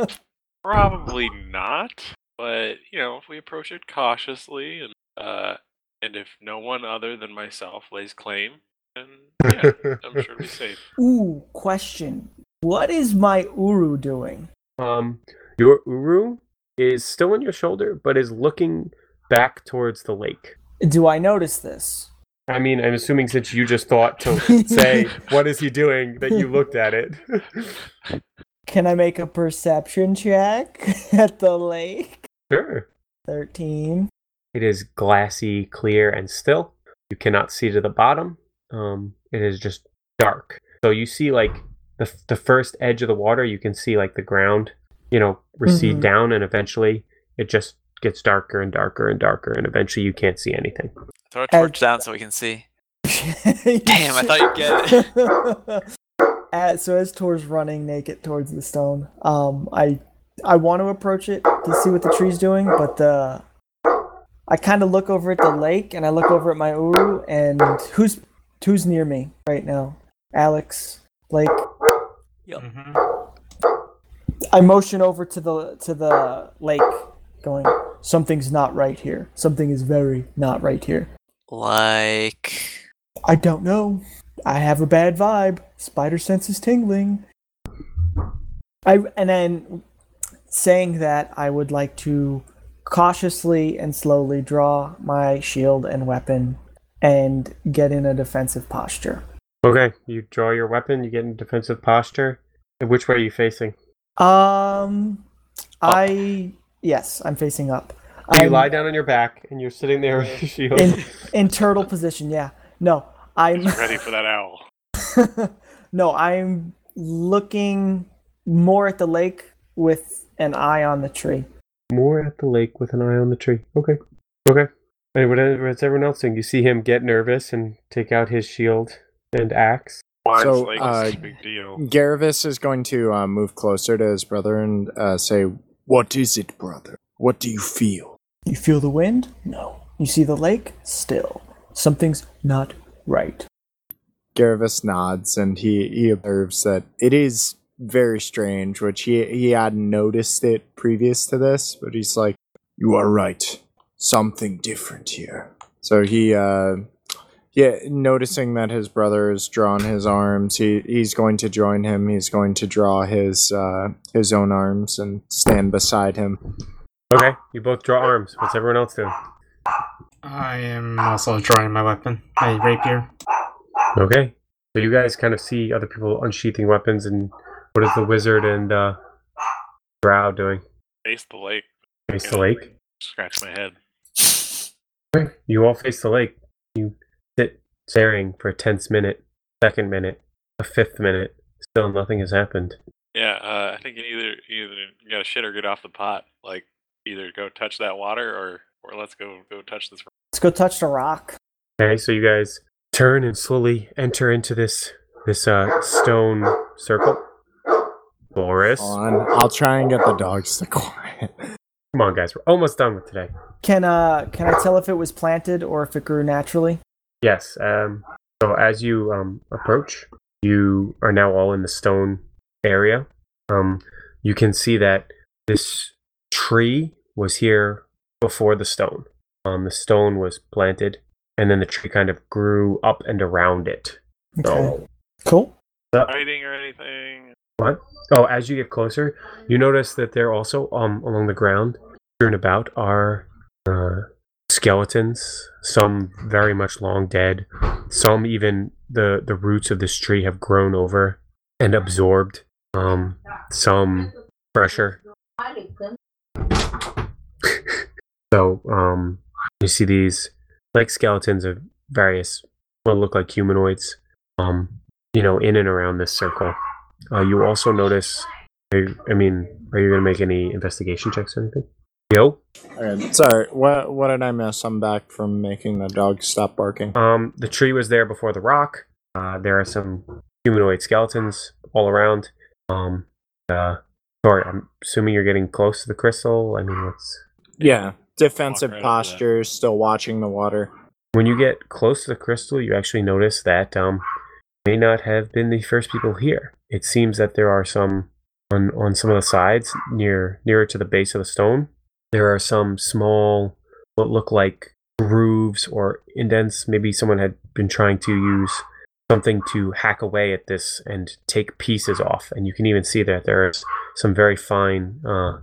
Speaker 6: probably not. But you know, if we approach it cautiously, and uh, and if no one other than myself lays claim, then yeah, I'm sure we're safe.
Speaker 3: Ooh, question. What is my Uru doing?
Speaker 13: Um, your Uru is still on your shoulder, but is looking back towards the lake.
Speaker 3: Do I notice this?
Speaker 13: I mean, I'm assuming since you just thought to say, what is he doing, that you looked at it.
Speaker 3: Can I make a perception check at the lake?
Speaker 13: sure.
Speaker 3: 13.
Speaker 13: It is glassy, clear, and still. You cannot see to the bottom. Um, it is just dark. So you see, like, the, the first edge of the water, you can see, like, the ground, you know, recede
Speaker 3: Mhm.
Speaker 13: down, and eventually it just gets darker and darker and darker, and eventually you can't see anything.
Speaker 5: Throw a
Speaker 3: As-
Speaker 5: torch down so we can see. Damn, I thought you'd get
Speaker 3: it. so as Tor's running naked towards the stone, um, I I want to approach it to see what the tree's doing, but the I kind of look over at the lake and I look over at my Uru and who's who's near me right now? Alex, Blake.
Speaker 4: hmm
Speaker 3: I motion over to the to the lake, going. Something's not right here. Something is very not right here.
Speaker 5: Like.
Speaker 3: I don't know. I have a bad vibe. Spider sense is tingling. I and then saying that I would like to cautiously and slowly draw my shield and weapon and get in a defensive posture.
Speaker 13: Okay, you draw your weapon, you get in defensive posture. And Which way are you facing?
Speaker 3: Um I yes, I'm facing up.
Speaker 13: You
Speaker 3: I'm
Speaker 13: lie down on your back and you're sitting there with your shield.
Speaker 3: Um, in in turtle position, yeah. No. I'm
Speaker 6: Just ready for that owl.
Speaker 3: no, I'm looking more at the lake with an eye on the tree.
Speaker 13: More at the lake with an eye on the tree. Okay. Okay. And whatever it's everyone else doing, you see him get nervous and take out his shield and axe.
Speaker 6: Why
Speaker 2: So,
Speaker 6: like
Speaker 2: uh,
Speaker 6: a big deal.
Speaker 2: Garavis is going to uh, move closer to his brother and uh, say, What is it, brother? What do you feel?
Speaker 3: You feel the wind? No. You see the lake? Still. Something's not right.
Speaker 2: Garavis nods and he, he observes that it is very strange, which he, he had noticed it previous to this, but he's like, You are right. Something different here. So he, uh, yeah, noticing that his brother has drawn his arms, he, he's going to join him. He's going to draw his, uh, his own arms and stand beside him.
Speaker 13: Okay. You both draw arms. What's everyone else doing?
Speaker 4: I am also drawing my weapon, my rapier.
Speaker 13: Okay. So you guys kind of see other people unsheathing weapons and what is the wizard and uh Drow doing?
Speaker 6: Face the lake.
Speaker 13: Face the lake.
Speaker 6: Scratch my head.
Speaker 13: Okay. You all face the lake. You sit staring for a tense minute, second minute, a fifth minute. Still nothing has happened.
Speaker 6: Yeah, uh, I think you either you either you gotta shit or get off the pot. Like either go touch that water or or let's go go touch this.
Speaker 3: Let's go touch the rock.
Speaker 13: Okay, so you guys turn and slowly enter into this this uh stone circle. Boris. Come
Speaker 2: on. I'll try and get the dogs to quiet.
Speaker 13: on guys, we're almost done with today.
Speaker 3: Can uh can I tell if it was planted or if it grew naturally?
Speaker 13: Yes. Um so as you um approach, you are now all in the stone area. Um you can see that this tree was here before the stone. Um the stone was planted and then the tree kind of grew up and around it. So
Speaker 3: Cool.
Speaker 6: Fighting or anything?
Speaker 13: What? Oh, as you get closer, you notice that there also um along the ground, strewn about are uh, skeletons. Some very much long dead. Some even the the roots of this tree have grown over and absorbed um some pressure. So um you see these like skeletons of various what look like humanoids. Um, you know, in and around this circle. Uh, you also notice. Are you, I mean, are you going to make any investigation checks or anything? Yo.
Speaker 2: Alright, sorry. What what did I miss? I'm back from making the dog stop barking.
Speaker 13: Um, the tree was there before the rock. Uh, there are some humanoid skeletons all around. Um, uh, sorry, I'm assuming you're getting close to the crystal. I mean, what's
Speaker 2: Yeah, defensive
Speaker 6: Walk right up to that.
Speaker 2: posture, still watching the water.
Speaker 13: when you get close to the crystal, you actually notice that um, may not have been the first people here. It seems that there are some on on some of the sides near nearer to the base of the stone. There are some small what look like grooves or indents. Maybe someone had been trying to use something to hack away at this and take pieces off. And you can even see that there is some very fine uh,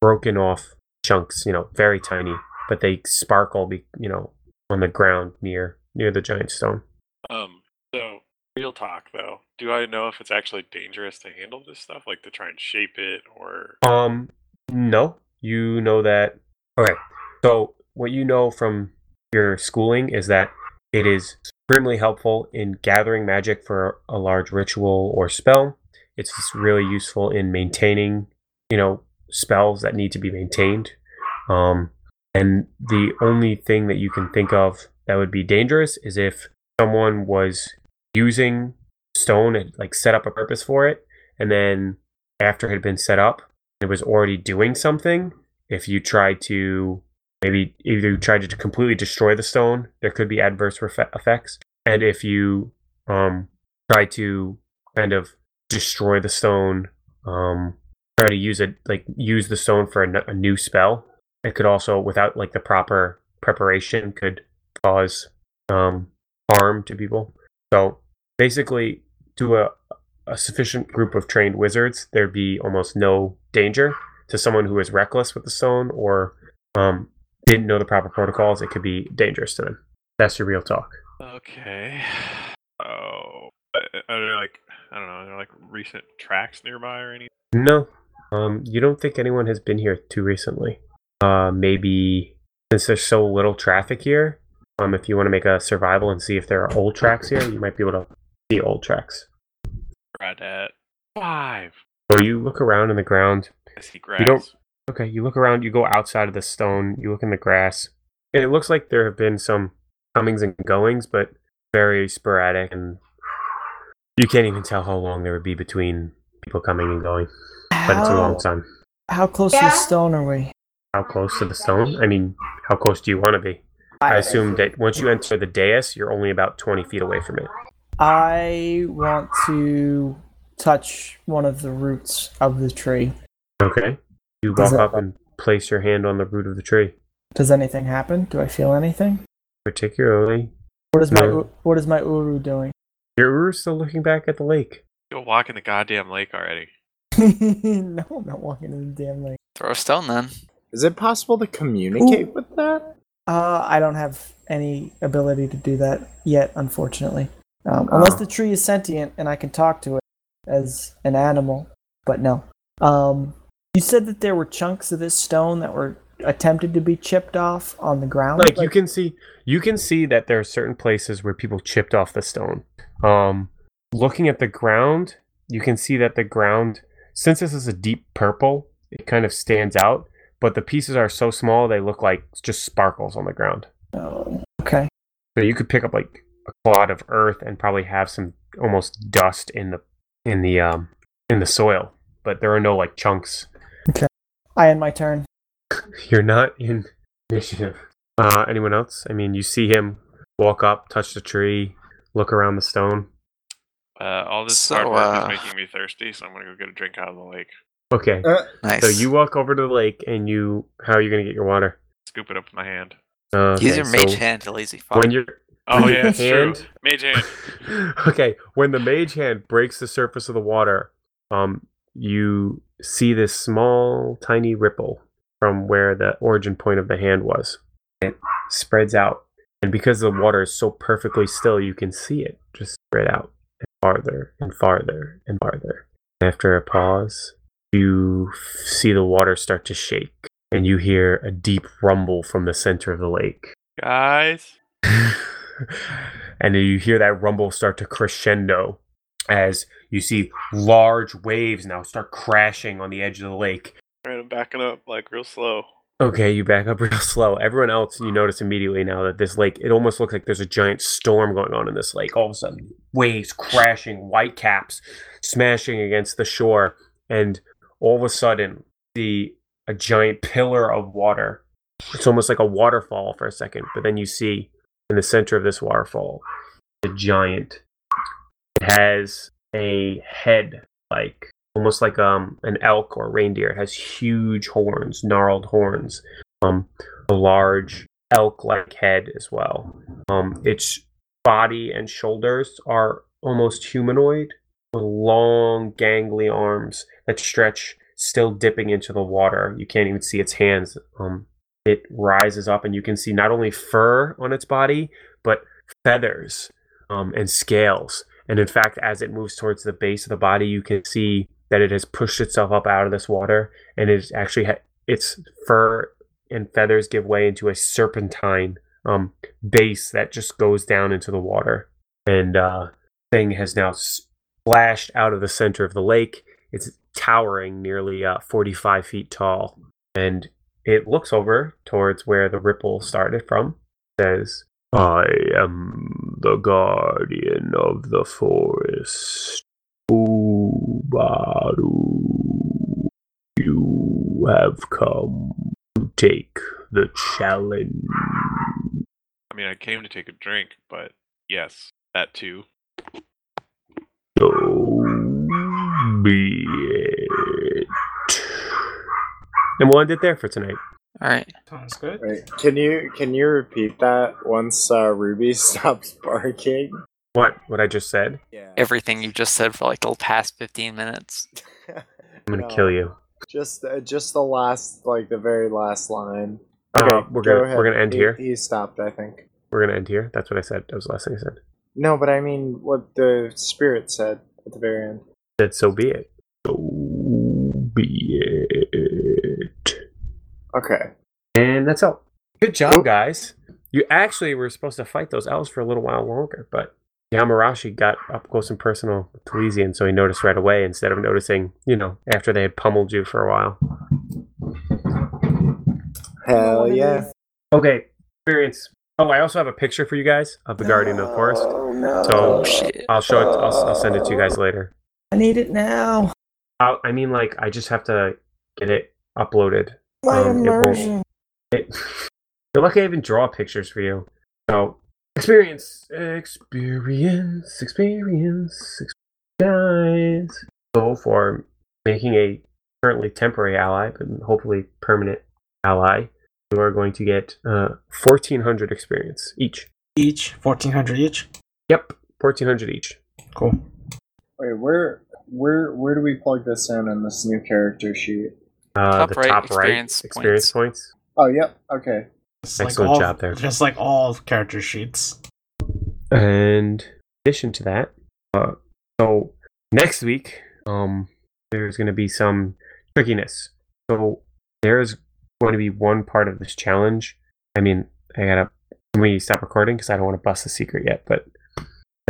Speaker 13: broken off chunks. You know, very tiny, but they sparkle. Be, you know, on the ground near near the giant stone.
Speaker 6: Um, so real talk though, do I know if it's actually dangerous to handle this stuff, like to try and shape it or?
Speaker 13: Um, no, you know that. Okay, so what you know from your schooling is that it is extremely helpful in gathering magic for a large ritual or spell. It's just really useful in maintaining, you know, spells that need to be maintained. Um, and the only thing that you can think of that would be dangerous is if someone was using stone and like set up a purpose for it, and then after it had been set up, it was already doing something, if you tried to maybe if you tried to completely destroy the stone, there could be adverse refe- effects. And if you um, try to kind of destroy the stone, um, try to use it like use the stone for a, n- a new spell, it could also without like the proper preparation could cause um, harm to people. So basically, to a a sufficient group of trained wizards, there'd be almost no danger to someone who is reckless with the stone or um, didn't know the proper protocols. It could be dangerous to them. That's your real talk.
Speaker 6: Okay. Oh, are there like I don't know, are there like recent tracks nearby or anything?
Speaker 13: No, um, you don't think anyone has been here too recently. Uh, maybe since there's so little traffic here, um, if you want to make a survival and see if there are old tracks here, you might be able to see old tracks.
Speaker 6: Right at five.
Speaker 13: Or you look around in the ground
Speaker 6: I see grass.
Speaker 13: don't- Okay, you look around, you go outside of the stone, you look in the grass, and it looks like there have been some comings and goings, but very sporadic, and you can't even tell how long there would be between people coming and going. But it's a long time.
Speaker 3: How close to the stone are we?
Speaker 13: How close to the stone? I mean, how close do you want to be? I assume that once you enter the dais, you're only about 20 feet away from it.
Speaker 3: I want to touch one of the roots of the tree.
Speaker 13: Okay. You walk
Speaker 3: Does it-
Speaker 13: up and place your hand on the root of the tree.
Speaker 3: Does anything happen? Do I feel anything?
Speaker 13: Particularly,
Speaker 3: What is my
Speaker 13: No.
Speaker 3: What is my uru doing?
Speaker 13: you're still looking back at the lake.
Speaker 6: Go walk in the goddamn lake already.
Speaker 3: no, I'm not walking in the damn lake.
Speaker 5: Throw a stone then.
Speaker 2: Is it possible to communicate with that?
Speaker 3: Uh, I don't have any ability to do that yet, unfortunately. Um, unless
Speaker 13: Uh-huh.
Speaker 3: the tree is sentient and I can talk to it as an animal, but no. Um, you said that there were chunks of this stone that were attempted to be chipped off on the ground.
Speaker 13: like you can see you can see that there are certain places where people chipped off the stone um looking at the ground you can see that the ground since this is a deep purple it kind of stands out but the pieces are so small they look like just sparkles on the ground
Speaker 3: Oh, okay.
Speaker 13: so you could pick up like a clod of earth and probably have some almost dust in the in the um in the soil but there are no like chunks
Speaker 3: I end my turn.
Speaker 13: You're not in initiative. Uh, anyone else? I mean, you see him walk up, touch the tree, look around the stone.
Speaker 6: Uh, all this
Speaker 5: So,
Speaker 6: hard work
Speaker 5: uh,
Speaker 6: is making me thirsty, so I'm gonna go get a drink out of the lake.
Speaker 13: Okay.
Speaker 5: Nice.
Speaker 13: So you walk over to the lake and you, how are you going to get your water?
Speaker 6: Scoop it up with my hand.
Speaker 13: Uh,
Speaker 5: Use your
Speaker 13: okay,
Speaker 5: mage
Speaker 13: so
Speaker 5: hand, you lazy fuck.
Speaker 13: When you're,
Speaker 6: Oh
Speaker 13: With
Speaker 6: yeah,
Speaker 13: your
Speaker 6: it's true.
Speaker 13: hand?
Speaker 6: Mage hand.
Speaker 13: okay, when the mage hand breaks the surface of the water, um, you see this small, tiny ripple from where the origin point of the hand was. It spreads out. And because the water is so perfectly still, you can see it just spread out and farther and farther and farther. After a pause, you f- see the water start to shake and you hear a deep rumble from the center of the lake.
Speaker 6: Guys,
Speaker 13: and then you hear that rumble start to crescendo as you see large waves now start crashing on the edge of the lake.
Speaker 6: all right, I'm backing up like real slow.
Speaker 13: Okay, you back up real slow. Everyone else, you notice immediately now that this lake, it almost looks like there's a giant storm going on in this lake. All of a sudden, waves crashing, white caps smashing against the shore, and all of a sudden, the a giant pillar of water. It's almost like a waterfall for a second, but then you see in the center of this waterfall the giant. It has a head like almost like um an elk or reindeer. It has huge horns, gnarled horns. Um, a large elk-like head as well. Um, its body and shoulders are almost humanoid, with long, gangly arms that stretch, still dipping into the water. You can't even see its hands. Um, it rises up, and you can see not only fur on its body, but feathers um, and scales. And in fact, as it moves towards the base of the body, you can see that it has pushed itself up out of this water, and it's actually ha- its fur and feathers give way into a serpentine um, base that just goes down into the water. And uh, thing has now splashed out of the center of the lake. It's towering nearly uh, 45 feet tall, and it looks over towards where the ripple started from. Says, I am the guardian of the forest. Ubaru, you have come to take the challenge.
Speaker 6: I mean, I came to take a drink, but yes, that too.
Speaker 13: So be it. And we'll end it there for tonight.
Speaker 5: All right.
Speaker 4: Sounds good.
Speaker 15: Right. Can you can you repeat that once uh, Ruby stops barking?
Speaker 13: What? What I just said?
Speaker 15: Yeah.
Speaker 5: Everything you just said for like the past 15 minutes.
Speaker 13: I'm gonna kill you.
Speaker 15: Just uh, just the last like the very last line.
Speaker 13: Uh, we're gonna- we're gonna end
Speaker 15: He-
Speaker 13: here.
Speaker 15: He stopped, I think.
Speaker 13: We're gonna end here. That's what I said. That was the last thing I said.
Speaker 15: No, but I mean what the spirit said at the very end.
Speaker 13: That so be it. So be it.
Speaker 15: Okay.
Speaker 13: And that's all. Good
Speaker 15: Oh.
Speaker 13: job, guys. You actually were supposed to fight those elves for a little while longer, but Yamarashi got up close and personal with Talesian, so he noticed right away instead of noticing, you know, after they had pummeled you for a while.
Speaker 15: Hell yeah.
Speaker 13: Okay, experience. Oh, I also have a picture for you guys of the Guardian of the Forest. So uh,
Speaker 5: Oh, shit.
Speaker 13: I'll show it. I'll, I'll send it to you guys later.
Speaker 3: I need it now.
Speaker 13: I, I mean, like, I just have to get it uploaded.
Speaker 3: My
Speaker 13: Um, it won't-
Speaker 3: immersion.
Speaker 13: It, you're lucky I even draw pictures for you. So experience, experience, experience, ex- guys. Go for making a currently temporary ally, but hopefully permanent ally. You are going to get uh, 1400 experience each.
Speaker 4: Each fourteen hundred each.
Speaker 13: Yep, 1400 each.
Speaker 4: Cool.
Speaker 15: Wait, where where where do we plug this in on this new character sheet?
Speaker 13: Uh,
Speaker 5: Top
Speaker 13: the
Speaker 5: right,
Speaker 13: top
Speaker 5: experience
Speaker 13: right experience points.
Speaker 15: Oh, yep. Okay.
Speaker 4: Just
Speaker 13: Excellent
Speaker 4: all,
Speaker 13: job there.
Speaker 4: Just like all character sheets.
Speaker 13: And in addition to that, uh, so next week, um, there's going to be some trickiness. So there's going to be one part of this challenge. I mean, I gotta. Can we stop recording? Because I don't want to bust the secret yet. But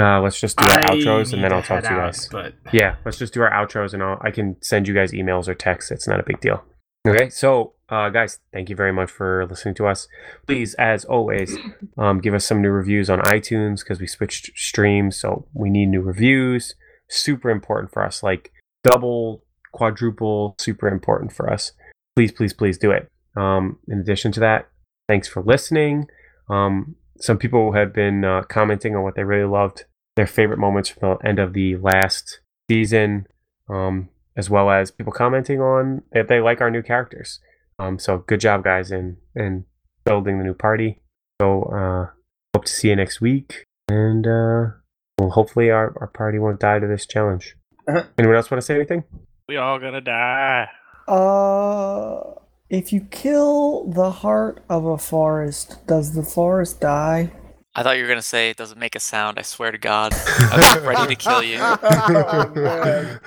Speaker 13: uh, let's just do our
Speaker 4: I
Speaker 13: outros,
Speaker 4: need
Speaker 13: and then I'll
Speaker 4: head
Speaker 13: talk to you
Speaker 4: out,
Speaker 13: guys.
Speaker 4: But
Speaker 13: Yeah, let's just do our outros and I'll, I can send you guys emails or texts. It's not a big deal. Okay, so uh, guys, thank you very much for listening to us. Please, as always, um, give us some new reviews on iTunes because we switched streams, so we need new reviews. Super important for us, like double, quadruple, super important for us. Please, please, please do it. Um, in addition to that, thanks for listening. Um, some people have been uh, commenting on what they really loved, their favorite moments from the end of the last season, um, as well as people commenting on if they like our new characters. Um, so good job, guys, in in building the new party. So uh, hope to see you next week, and uh, well, hopefully our, our party won't die to this challenge. Anyone else want to say anything?
Speaker 6: We all gonna die.
Speaker 3: Uh, if you kill the heart of a forest, does the forest die?
Speaker 5: I thought you were gonna say it doesn't make a sound. I swear to God, I was ready to kill you.
Speaker 15: Oh, man.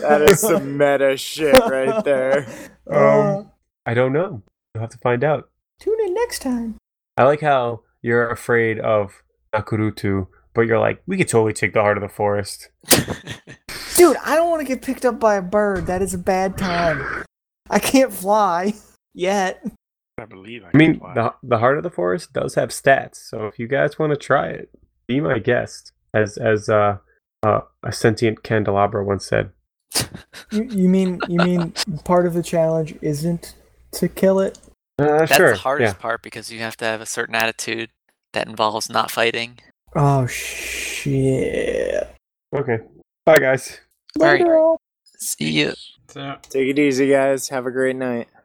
Speaker 2: That is some meta shit right there.
Speaker 3: Uh,
Speaker 13: I don't know. You'll have to find out.
Speaker 3: tune in next time.
Speaker 13: I like how you're afraid of Nakurutu, but you're like, we could totally take the heart of the forest.
Speaker 3: Dude, I don't want to get picked up by a bird. That is a bad time. I can't fly yet.
Speaker 6: I believe I,
Speaker 13: I mean,
Speaker 6: can fly.
Speaker 13: the, the heart of the forest does have stats, so if you guys want to try it, be my guest, as as uh, uh, a sentient candelabra once said.
Speaker 3: You, you mean you mean part of the challenge isn't to kill it?
Speaker 13: Uh,
Speaker 5: That's
Speaker 13: sure.
Speaker 5: the hardest part because you have to have a certain attitude that involves not fighting.
Speaker 3: Oh shit!
Speaker 13: yeah. Okay. Bye, guys.
Speaker 5: All right.
Speaker 3: Later.
Speaker 5: See you.
Speaker 4: So,
Speaker 2: Take it easy, guys. Have a great night.